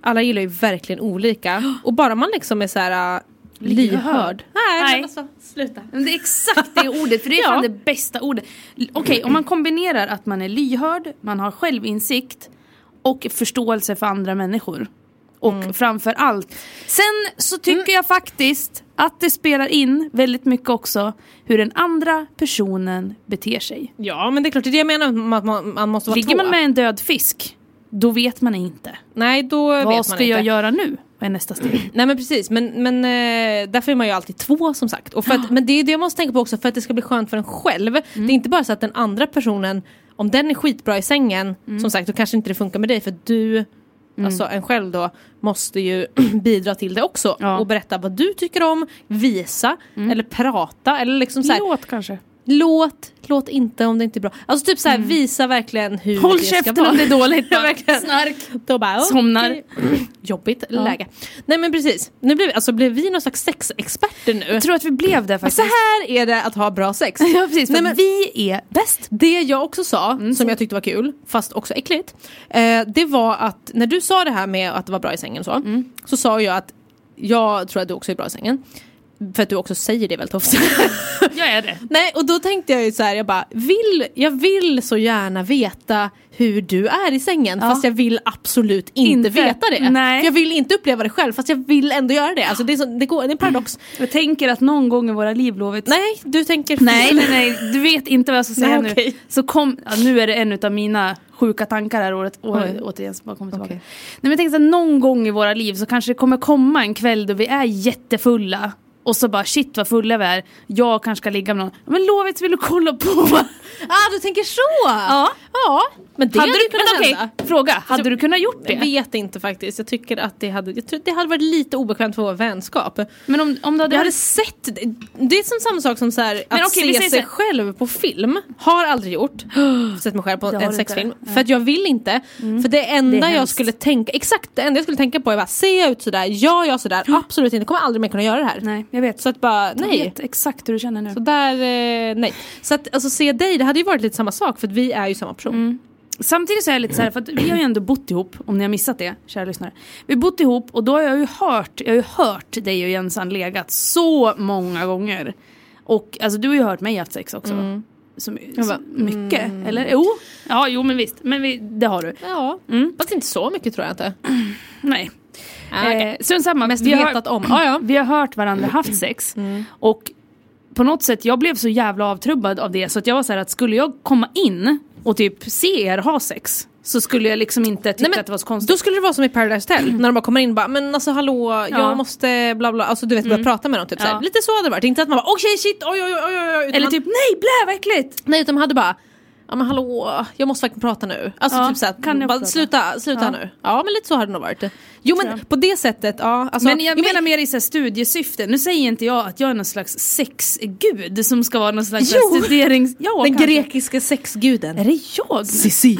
[SPEAKER 2] alla gillar ju verkligen olika och bara man liksom är så här eh, lyhörd.
[SPEAKER 1] Lyhörd.
[SPEAKER 2] Nej,
[SPEAKER 1] Nej.
[SPEAKER 2] Men alltså, sluta.
[SPEAKER 1] Men det är exakt det ordet, för det är
[SPEAKER 2] Ja.
[SPEAKER 1] fan
[SPEAKER 2] Mm.
[SPEAKER 1] det bästa ordet. L- Okej, om man kombinerar att man är lyhörd, man har självinsikt och förståelse för andra människor. Och
[SPEAKER 2] Mm.
[SPEAKER 1] framför allt, sen så tycker jag faktiskt att det spelar in väldigt mycket också hur den andra personen beter sig.
[SPEAKER 2] Ja men det är klart, det är det jag menar med att man, man måste vara
[SPEAKER 1] Ligger
[SPEAKER 2] två.
[SPEAKER 1] man med en död fisk, då vet man inte.
[SPEAKER 2] Nej då vet man
[SPEAKER 1] Vad
[SPEAKER 2] inte.
[SPEAKER 1] ska jag göra nu? Vad är nästa steg?
[SPEAKER 2] Nej men precis, men, men eh, därför är man ju alltid två som sagt. Och för att, men det är det jag måste tänka på också för att det ska bli skönt för en själv.
[SPEAKER 1] Mm.
[SPEAKER 2] Det är inte bara så att den andra personen, om den är skitbra i sängen,
[SPEAKER 1] Mm.
[SPEAKER 2] som sagt då kanske inte det funkar med dig för du, alltså en själv då, måste ju bidra till det också.
[SPEAKER 1] Ja. Mm.
[SPEAKER 2] Och berätta vad du tycker om, visa eller prata eller liksom så här, låt.
[SPEAKER 1] Låt kanske.
[SPEAKER 2] låt, inte om det inte är bra. Alltså typ så här, visa verkligen hur
[SPEAKER 1] Mm. Håll
[SPEAKER 2] det ska
[SPEAKER 1] käften
[SPEAKER 2] vara.
[SPEAKER 1] om det är dåligt.
[SPEAKER 2] Ja,
[SPEAKER 1] bara.
[SPEAKER 2] verkligen.
[SPEAKER 1] Snark.
[SPEAKER 2] Då bara, okej.
[SPEAKER 1] Somnar.
[SPEAKER 2] Jobbigt läge. Nej men precis, nu blev, alltså, blev vi någon slags sexexperter nu?
[SPEAKER 1] Jag tror att vi blev det faktiskt.
[SPEAKER 2] Så här är det att ha bra sex.
[SPEAKER 1] Ja precis, för
[SPEAKER 2] Nej, men-
[SPEAKER 1] vi är bäst.
[SPEAKER 2] Det jag också sa, som jag tyckte var kul, fast också äckligt, eh, det var att när du sa det här med att det var bra i sängen och så, så sa jag att jag tror att du också är bra i sängen. För att du också säger det väldigt ofta.
[SPEAKER 1] Jag är det.
[SPEAKER 2] Nej och då tänkte jag ju så här, jag bara vill, jag vill så gärna veta hur du är i sängen
[SPEAKER 1] Ja.
[SPEAKER 2] fast jag vill absolut inte,
[SPEAKER 1] Inte.
[SPEAKER 2] veta det.
[SPEAKER 1] Nej.
[SPEAKER 2] För jag vill inte uppleva det själv fast jag vill ändå göra det. Alltså det är, så, det går, det är en paradox.
[SPEAKER 1] Jag tänker att någon gång i våra liv Lovits
[SPEAKER 2] Nej du tänker fel.
[SPEAKER 1] Nej nej nej, du vet inte vad jag ska säga
[SPEAKER 2] Nej, okej.
[SPEAKER 1] nu. Så kom, ja, nu är det en utav mina sjuka tankar här året, å,
[SPEAKER 2] Oj.
[SPEAKER 1] återigen som bara kommer tillbaka.
[SPEAKER 2] Okej.
[SPEAKER 1] Nej, men jag tänker så här, någon gång i våra liv så kanske det kommer komma en kväll då vi är jättefulla och så bara shit vad fulla vi är, jag kanske ska ligga med någon. Men Lovits vill du kolla på?
[SPEAKER 2] Ah, du tänker så!
[SPEAKER 1] ja.
[SPEAKER 2] Ja, men det
[SPEAKER 1] hade
[SPEAKER 2] hade
[SPEAKER 1] du,
[SPEAKER 2] kunnat
[SPEAKER 1] men okej,
[SPEAKER 2] hända.
[SPEAKER 1] fråga, hade du kunnat gjort
[SPEAKER 2] Jag
[SPEAKER 1] det?
[SPEAKER 2] vet inte faktiskt. Jag tycker att det hade, jag tror, det hade varit lite obekvämt för vår vänskap.
[SPEAKER 1] Men om, om du hade...
[SPEAKER 2] Jag hade sett, det- det är som samma sak som så här,
[SPEAKER 1] Men
[SPEAKER 2] att
[SPEAKER 1] okej, vi
[SPEAKER 2] se
[SPEAKER 1] säger
[SPEAKER 2] sig
[SPEAKER 1] så här-
[SPEAKER 2] själv på film. Har aldrig gjort. sett mig själv på
[SPEAKER 1] Det har
[SPEAKER 2] en
[SPEAKER 1] du
[SPEAKER 2] sexfilm.
[SPEAKER 1] inte. Mm.
[SPEAKER 2] För att jag vill inte. För det enda
[SPEAKER 1] Det är
[SPEAKER 2] jag
[SPEAKER 1] hemskt.
[SPEAKER 2] skulle tänka, exakt det enda jag skulle tänka på är bara, ser jag ut sådär? Gör jag sådär? Absolut inte, kommer aldrig mer kunna göra det här.
[SPEAKER 1] Nej, jag vet.
[SPEAKER 2] Så att bara,
[SPEAKER 1] Jag
[SPEAKER 2] nej.
[SPEAKER 1] vet exakt hur du känner nu.
[SPEAKER 2] Så där, eh, nej. Så att alltså, se dig, det hade ju varit lite samma sak för att vi är ju samma person.
[SPEAKER 1] Mm. Samtidigt så är jag lite så här, för att vi har ju ändå bott ihop, om ni har missat det, kära lyssnare. Vi har bott ihop och då har jag ju hört, jag har ju hört dig och Jensan legat så många gånger. Och alltså du har ju hört mig haft sex också. Så, my- så
[SPEAKER 2] bara,
[SPEAKER 1] mycket, eller? Jo, ja, jo men visst, men vi, det har du.
[SPEAKER 2] Ja,
[SPEAKER 1] Mm.
[SPEAKER 2] fast inte så mycket tror jag
[SPEAKER 1] Eh,
[SPEAKER 2] inte.
[SPEAKER 1] Nej.
[SPEAKER 2] Ah, okej.
[SPEAKER 1] Eh, strunt samma,
[SPEAKER 2] Mest
[SPEAKER 1] vi,
[SPEAKER 2] vetat
[SPEAKER 1] har,
[SPEAKER 2] om. Ah, ja. Mm.
[SPEAKER 1] vi har hört varandra haft sex. Och på något sätt, jag blev så jävla avtrubbad av det så att jag var så här att skulle jag komma in och typ se er ha sex så skulle jag liksom inte tycka
[SPEAKER 2] Nej, men
[SPEAKER 1] att det var så konstigt.
[SPEAKER 2] Då skulle det vara som i Paradise Hotel när de bara kommer in och bara men alltså hallå
[SPEAKER 1] Ja. Mm.
[SPEAKER 2] jag måste bla bla, alltså du vet börja prata med dem typ
[SPEAKER 1] Ja.
[SPEAKER 2] såhär. Lite så hade det varit, inte att man bara okej shit oj oj oj oj oj utan
[SPEAKER 1] Eller
[SPEAKER 2] man,
[SPEAKER 1] typ nej, blä vad äckligt!
[SPEAKER 2] Nej utan man hade bara ja men hallå jag måste verkligen prata nu. Alltså
[SPEAKER 1] Ja,
[SPEAKER 2] typ såhär,
[SPEAKER 1] kan jag
[SPEAKER 2] bara,
[SPEAKER 1] prata?
[SPEAKER 2] sluta, sluta
[SPEAKER 1] Ja.
[SPEAKER 2] nu. Ja men lite så hade det nog varit. Jo men på det sättet, ja. Alltså,
[SPEAKER 1] men jag
[SPEAKER 2] jo,
[SPEAKER 1] menar mer i så här studiesyfte, nu säger inte jag att jag är någon slags sexgud som ska vara någon slags
[SPEAKER 2] Jo!
[SPEAKER 1] studerings... Ja,
[SPEAKER 2] den
[SPEAKER 1] kanske.
[SPEAKER 2] grekiska sexguden.
[SPEAKER 1] Är det jag?
[SPEAKER 2] Sissi.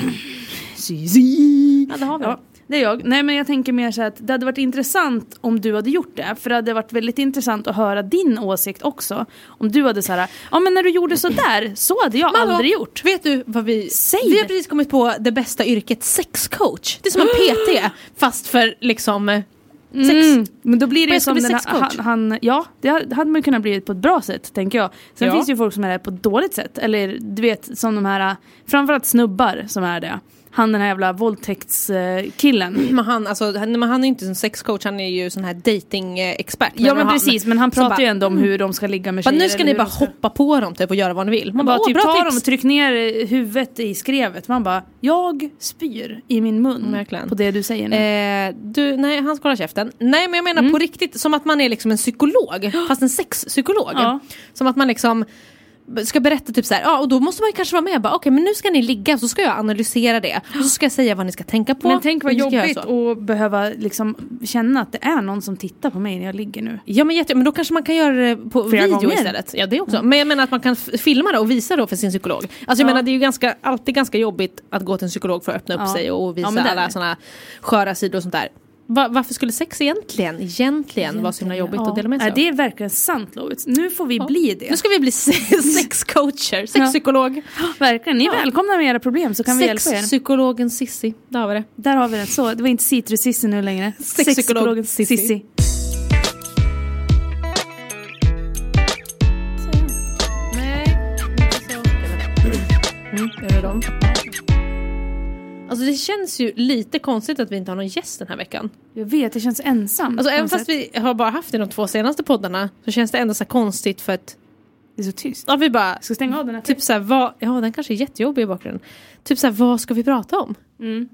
[SPEAKER 2] Sissi. Ja det har vi.
[SPEAKER 1] Ja, det är jag. Nej men jag tänker mer så här att det hade varit intressant om du hade gjort det. För det hade varit väldigt intressant att höra din åsikt också. Om du hade så här, ja men när du gjorde så där, så hade jag
[SPEAKER 2] Hallå,
[SPEAKER 1] aldrig gjort.
[SPEAKER 2] Vet du vad vi...
[SPEAKER 1] Säg
[SPEAKER 2] vi har
[SPEAKER 1] det.
[SPEAKER 2] precis kommit på det bästa yrket, sexcoach. Det är som en PT fast för liksom eh, sex.
[SPEAKER 1] Mm. Men då blir det
[SPEAKER 2] Men
[SPEAKER 1] ju
[SPEAKER 2] jag ska
[SPEAKER 1] som
[SPEAKER 2] bli
[SPEAKER 1] den här,
[SPEAKER 2] sexcoach.
[SPEAKER 1] han, han, ja det hade hade man ju kunnat bli på ett bra sätt tänker jag. Sen
[SPEAKER 2] Ja.
[SPEAKER 1] finns det ju folk som är det på ett dåligt sätt. Eller du vet som de här, framförallt snubbar som är det. Han den här jävla våldtäktskillen.
[SPEAKER 2] Men han, alltså, han, men han är ju inte en sexcoach, han är ju sån här datingexpert.
[SPEAKER 1] Ja men precis men han
[SPEAKER 2] som
[SPEAKER 1] pratar ju
[SPEAKER 2] bara,
[SPEAKER 1] ändå om hur de ska ligga med
[SPEAKER 2] Bara,
[SPEAKER 1] tjejer.
[SPEAKER 2] nu ska
[SPEAKER 1] eller
[SPEAKER 2] ni
[SPEAKER 1] hur
[SPEAKER 2] bara
[SPEAKER 1] de mm. ska-
[SPEAKER 2] hoppa på dem typ och göra vad ni vill. Man
[SPEAKER 1] Man
[SPEAKER 2] bara,
[SPEAKER 1] bara,
[SPEAKER 2] åh
[SPEAKER 1] typ
[SPEAKER 2] bra
[SPEAKER 1] tar
[SPEAKER 2] tips!
[SPEAKER 1] dem och tryck ner eh, huvudet i skrevet. Man bara, jag spyr i min mun
[SPEAKER 2] Verkligen.
[SPEAKER 1] på det du säger nu.
[SPEAKER 2] Eh, du, nej han ska hålla käften. Nej men jag
[SPEAKER 1] Mm.
[SPEAKER 2] menar på riktigt, som att man är liksom en psykolog, fast en sexpsykolog.
[SPEAKER 1] Ja.
[SPEAKER 2] Som att man liksom ska berätta typ så här, ja och då måste man ju kanske vara med bara okej men nu ska ni ligga så ska jag analysera det och så ska jag säga vad ni ska tänka på.
[SPEAKER 1] Men tänk vad
[SPEAKER 2] och ni ska göra
[SPEAKER 1] jobbigt
[SPEAKER 2] så.
[SPEAKER 1] att behöva liksom känna att det är någon som tittar på mig när jag ligger nu.
[SPEAKER 2] Ja men, jätte, men då kanske man kan göra det på
[SPEAKER 1] Flera
[SPEAKER 2] video
[SPEAKER 1] gånger. Mm.
[SPEAKER 2] istället. Ja det också. Men jag menar att man kan f- filma det och visa det för sin psykolog. Alltså jag
[SPEAKER 1] Ja.
[SPEAKER 2] menar det är ju ganska, alltid ganska jobbigt att gå till en psykolog för att öppna upp
[SPEAKER 1] Ja.
[SPEAKER 2] sig och visa
[SPEAKER 1] Ja, men det är
[SPEAKER 2] alla
[SPEAKER 1] det.
[SPEAKER 2] sådana sköra sidor och sånt där. Va, varför skulle sex egentligen, egentligen, vara så himla jobbigt
[SPEAKER 1] Ja.
[SPEAKER 2] att dela med sig
[SPEAKER 1] Nej,
[SPEAKER 2] av?
[SPEAKER 1] Det är verkligen sant Lovits. Nu får vi bli det.
[SPEAKER 2] Nu ska vi bli se- sexcoacher, sexpsykolog.
[SPEAKER 1] Verkligen, ni är välkomna med era problem så kan vi hjälpa er.
[SPEAKER 2] Sexpsykologen Sissi, där har vi det.
[SPEAKER 1] Där har vi det. Så, det var inte citrus nu längre.
[SPEAKER 2] Sexpsykolog
[SPEAKER 1] Sexpsykologen
[SPEAKER 2] Sissi.
[SPEAKER 1] Sissi.
[SPEAKER 2] Mm, Är det dem? Alltså det känns ju lite konstigt att vi inte har någon gäst den här veckan.
[SPEAKER 1] Jag vet, det känns ensamt.
[SPEAKER 2] Alltså
[SPEAKER 1] på
[SPEAKER 2] även
[SPEAKER 1] något
[SPEAKER 2] fast
[SPEAKER 1] sätt.
[SPEAKER 2] vi har bara haft det de två senaste poddarna så känns det ändå så här konstigt för att
[SPEAKER 1] Det är så tyst.
[SPEAKER 2] ja, vi bara
[SPEAKER 1] Ska jag stänga av den här?
[SPEAKER 2] typ så här, vad, ja den kanske är jättejobbig i bakgrunden. Typ så här, vad ska vi prata om?
[SPEAKER 1] Mm.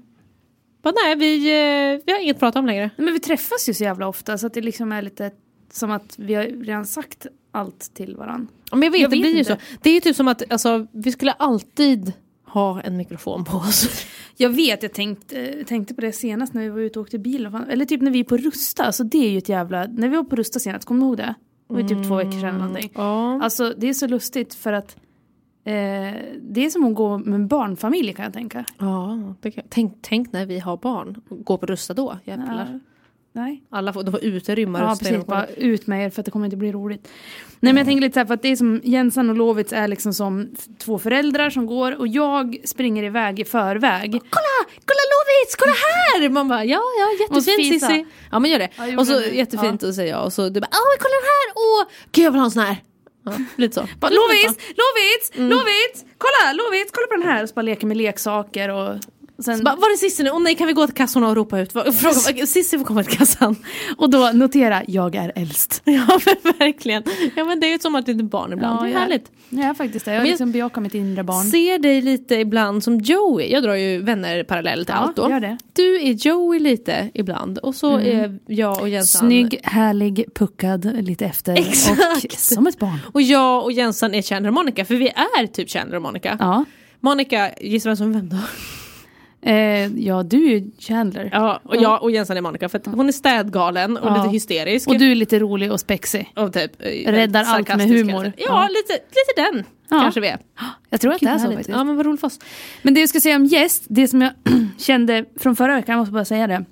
[SPEAKER 2] Bara, nej vi, eh, vi har inget att prata om längre.
[SPEAKER 1] Nej, Men vi träffas ju så jävla ofta så att det liksom är lite som att vi har redan sagt allt till varandra.
[SPEAKER 2] Ja, Men jag vet,
[SPEAKER 1] Jag
[SPEAKER 2] det
[SPEAKER 1] vet
[SPEAKER 2] blir ju
[SPEAKER 1] inte.
[SPEAKER 2] så. Det är ju typ som att alltså, vi skulle alltid ha en mikrofon på oss.
[SPEAKER 1] Jag vet, jag tänkt, eh, tänkte på det senast när vi var ute och åkte bil. och fan- Eller typ när vi är på Rusta, alltså det är ju ett jävla... När vi var på Rusta senast, kommer du ihåg det? Det var ju typ två veckor sedan eller någonting.
[SPEAKER 2] Ja.
[SPEAKER 1] Alltså det är så lustigt för att eh, det är som att gå med en barnfamilj kan jag tänka.
[SPEAKER 2] ja det kan, tänk, tänk när vi har barn. Gå på Rusta då, jävlar.
[SPEAKER 1] Ja. Nej.
[SPEAKER 2] Alla får, de får uterymma
[SPEAKER 1] Ja
[SPEAKER 2] Rusta
[SPEAKER 1] precis,
[SPEAKER 2] genom-
[SPEAKER 1] bara ut med er för att det kommer inte bli roligt. Nej men jag tänker lite så här för att det är som Jensan och Lovits är liksom som f- två föräldrar som går och jag springer iväg i förväg.
[SPEAKER 2] kolla, kolla Lovits, kolla här! Man bara, ja ja
[SPEAKER 1] Måste
[SPEAKER 2] jättefint
[SPEAKER 1] fisa.
[SPEAKER 2] Cissi. Ja men gör det.
[SPEAKER 1] Ja, jag
[SPEAKER 2] och så
[SPEAKER 1] gjorde det.
[SPEAKER 2] jättefint och säger jag och så du bara, åh men kolla den här, åh, gud jag vill ha en sån här. Ja, lite så.
[SPEAKER 1] Bara, Mm. Lovits, Lovits, Lovits, kolla, Lovits, kolla på den här. Och så bara leker med leksaker och Sen,
[SPEAKER 2] Så bara, var är Cissi nu? Åh nej, kan vi gå till kassorna och ropa ut? Vad- Fråga, Cissi får komma till kassan.
[SPEAKER 1] och då notera, jag är äldst.
[SPEAKER 2] Ja men verkligen. Ja men det är ju som ett litet barn ibland. det är
[SPEAKER 1] jag-
[SPEAKER 2] härligt.
[SPEAKER 1] Jag är faktiskt det. Jag har
[SPEAKER 2] Men-
[SPEAKER 1] liksom bejakat mitt inre barn.
[SPEAKER 2] Ser dig lite ibland som Joey. Jag drar ju vänner parallellt till
[SPEAKER 1] Ja,
[SPEAKER 2] allt då.
[SPEAKER 1] gör det.
[SPEAKER 2] Du är Joey lite ibland och så är jag och Jensan.
[SPEAKER 1] Snygg, härlig, puckad, lite efter.
[SPEAKER 2] Exakt.
[SPEAKER 1] Och som ett barn.
[SPEAKER 2] Och jag och Jensan är Chandler och Monica för vi är typ Chandler och Monica.
[SPEAKER 1] Ja.
[SPEAKER 2] Monica, gissa vem som är vem då?
[SPEAKER 1] Eh, ja, du är ju Chandler.
[SPEAKER 2] Ja, och jag och Jensan är Monica för att hon är städgalen och
[SPEAKER 1] Ja.
[SPEAKER 2] lite hysterisk.
[SPEAKER 1] Och du är lite rolig och spexig.
[SPEAKER 2] Och typ, eh,
[SPEAKER 1] Räddar
[SPEAKER 2] väldigt
[SPEAKER 1] allt med
[SPEAKER 2] sarkastisk
[SPEAKER 1] humor.
[SPEAKER 2] kanske. Ja,
[SPEAKER 1] Ja.
[SPEAKER 2] Lite, lite den
[SPEAKER 1] Ja.
[SPEAKER 2] kanske vi är.
[SPEAKER 1] Jag tror att det är så
[SPEAKER 2] Härligt.
[SPEAKER 1] faktiskt.
[SPEAKER 2] Ja men vad roligt för oss.
[SPEAKER 1] Men det jag ska säga om gäst, det som jag kände från förra veckan, jag måste bara säga det.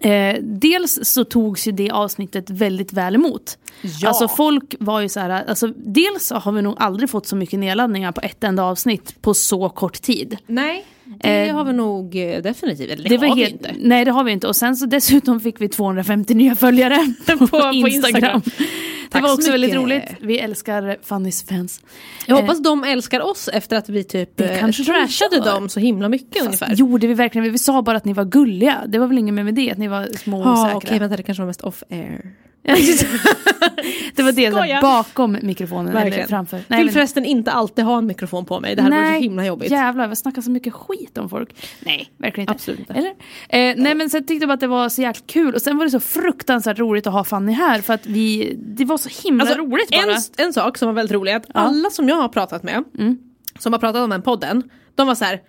[SPEAKER 1] Eh, dels så togs ju det avsnittet väldigt väl emot.
[SPEAKER 2] Ja.
[SPEAKER 1] Alltså folk var ju så här, alltså, dels så har vi nog aldrig fått så mycket nedladdningar på ett enda avsnitt på så kort tid.
[SPEAKER 2] Nej, det
[SPEAKER 1] Eh,
[SPEAKER 2] har vi nog eh, definitivt. Eller det,
[SPEAKER 1] Det
[SPEAKER 2] har
[SPEAKER 1] var
[SPEAKER 2] vi
[SPEAKER 1] helt,
[SPEAKER 2] inte.
[SPEAKER 1] Nej det har vi inte och sen så dessutom fick vi 250 nya följare på,
[SPEAKER 2] på
[SPEAKER 1] Instagram.
[SPEAKER 2] Instagram.
[SPEAKER 1] Det
[SPEAKER 2] Tack
[SPEAKER 1] var
[SPEAKER 2] så
[SPEAKER 1] också väldigt
[SPEAKER 2] mycket.
[SPEAKER 1] roligt. Vi älskar Fannys fans.
[SPEAKER 2] Jag
[SPEAKER 1] Eh,
[SPEAKER 2] hoppas de älskar oss efter att vi typ eh,
[SPEAKER 1] kanske de
[SPEAKER 2] trashade
[SPEAKER 1] gör.
[SPEAKER 2] dem så himla mycket ungefär.
[SPEAKER 1] Gjorde vi verkligen Vi sa bara att ni var gulliga. Det var väl inget mer med det, att ni var små och
[SPEAKER 2] Ja,
[SPEAKER 1] osäkra.
[SPEAKER 2] okej vänta det kanske var mest off air.
[SPEAKER 1] det var det
[SPEAKER 2] Skoja.
[SPEAKER 1] där bakom mikrofonen eller
[SPEAKER 2] Verkligen.
[SPEAKER 1] framför.
[SPEAKER 2] Vill
[SPEAKER 1] men-
[SPEAKER 2] förresten inte alltid ha en mikrofon på mig, det här var så himla jobbigt.
[SPEAKER 1] jävlar jag snackar så mycket skit om folk. Nej, verkligen inte.
[SPEAKER 2] Absolut inte.
[SPEAKER 1] Eller? Eh, nej men sen tyckte jag bara att det var så jäkla kul och sen var det så fruktansvärt roligt att ha Fanny här för att vi, det var så himla
[SPEAKER 2] Alltså,
[SPEAKER 1] roligt bara.
[SPEAKER 2] En, en sak som var väldigt rolig är att alla som jag har pratat med, som har pratat om den podden, de var så här.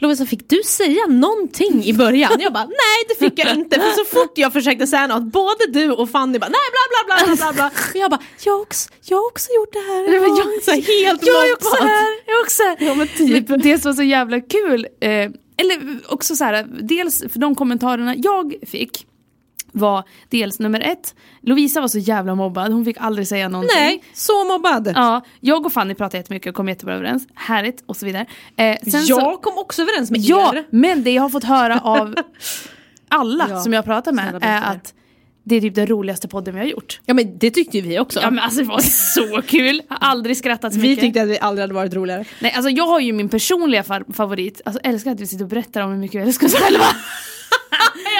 [SPEAKER 2] Lovisa, fick du säga någonting i början? Jag bara, nej det fick jag inte. För så fort jag försökte säga något, både du och Fanny bara, nej bla bla bla bla bla. bla. Och jag bara, jag har också, jag har också gjort det här.
[SPEAKER 1] Det var
[SPEAKER 2] Ja,
[SPEAKER 1] jag-
[SPEAKER 2] så här, helt
[SPEAKER 1] jag är
[SPEAKER 2] nonchalant.
[SPEAKER 1] också här, jag är också här.
[SPEAKER 2] Ja, men typ.
[SPEAKER 1] Men det som var så jävla kul, eh, eller också så här, dels för de kommentarerna jag fick var dels nummer ett, Lovisa var så jävla mobbad, hon fick aldrig säga någonting.
[SPEAKER 2] Nej, så mobbad.
[SPEAKER 1] Ja, jag och Fanny pratade jättemycket och kom jättebra överens, härligt och så vidare. Eh, sen
[SPEAKER 2] jag
[SPEAKER 1] så,
[SPEAKER 2] kom också överens med
[SPEAKER 1] ja,
[SPEAKER 2] er.
[SPEAKER 1] men det jag har fått höra av alla
[SPEAKER 2] Ja,
[SPEAKER 1] som jag pratar med
[SPEAKER 2] snälla berätta
[SPEAKER 1] är
[SPEAKER 2] mer.
[SPEAKER 1] att det är typ den roligaste podden vi har gjort.
[SPEAKER 2] Ja men det tyckte ju vi också.
[SPEAKER 1] Ja men alltså det var så kul, har aldrig skrattat så
[SPEAKER 2] vi
[SPEAKER 1] mycket.
[SPEAKER 2] tyckte att vi aldrig hade varit roligare.
[SPEAKER 1] Nej, alltså jag har ju min personliga far- favorit, alltså älskar att vi sitter och berättar om hur mycket vi älskar oss själva.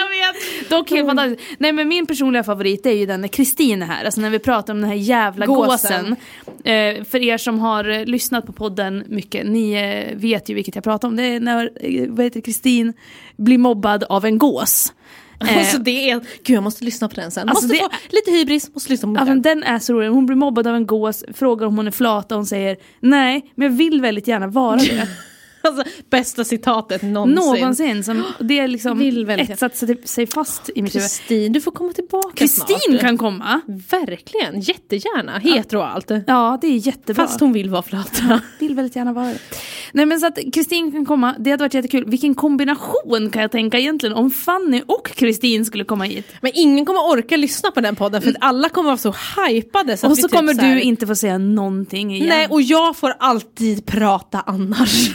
[SPEAKER 1] jag vet! Dock helt fantastiskt. Nej men min personliga favorit är ju den när Kristin är här, alltså när vi pratar om den här jävla
[SPEAKER 2] Gåsen.
[SPEAKER 1] gåsen. Eh, för er som har eh, lyssnat på podden mycket, ni eh, vet ju vilket jag pratar om. Det är när, eh, vad heter det, Kristin blir mobbad av en gås. Eh,
[SPEAKER 2] Alltså det är, gud jag måste lyssna på den sen.
[SPEAKER 1] Alltså,
[SPEAKER 2] måste
[SPEAKER 1] det-
[SPEAKER 2] få lite hybris, måste lyssna på
[SPEAKER 1] Ja,
[SPEAKER 2] den.
[SPEAKER 1] men den är så rolig. Hon blir mobbad av en gås, frågar om hon är flat och hon säger nej, men jag vill väldigt gärna vara det.
[SPEAKER 2] Alltså, bästa citatet någonsin.
[SPEAKER 1] någonsin. Som, det är liksom
[SPEAKER 2] Vill väldigt
[SPEAKER 1] etsat sig- sig fast
[SPEAKER 2] Typ.
[SPEAKER 1] i mitt huvud.
[SPEAKER 2] Kristin, du får komma tillbaka
[SPEAKER 1] Kristin
[SPEAKER 2] snart.
[SPEAKER 1] kan komma.
[SPEAKER 2] Verkligen, jättegärna. Hetero och allt.
[SPEAKER 1] Ja, det är jättebra.
[SPEAKER 2] Fast hon vill vara flata.
[SPEAKER 1] vill väldigt gärna vara det. Nej men så att Kristin kan komma, det hade varit jättekul. Vilken kombination kan jag tänka egentligen om Fanny och Kristin skulle komma hit.
[SPEAKER 2] Men ingen kommer orka lyssna på den podden för att alla kommer vara så hypade. Så att
[SPEAKER 1] Mm. Och
[SPEAKER 2] vi
[SPEAKER 1] så
[SPEAKER 2] typ
[SPEAKER 1] kommer
[SPEAKER 2] här-
[SPEAKER 1] du inte få säga någonting igen.
[SPEAKER 2] Nej, och jag får alltid prata annars.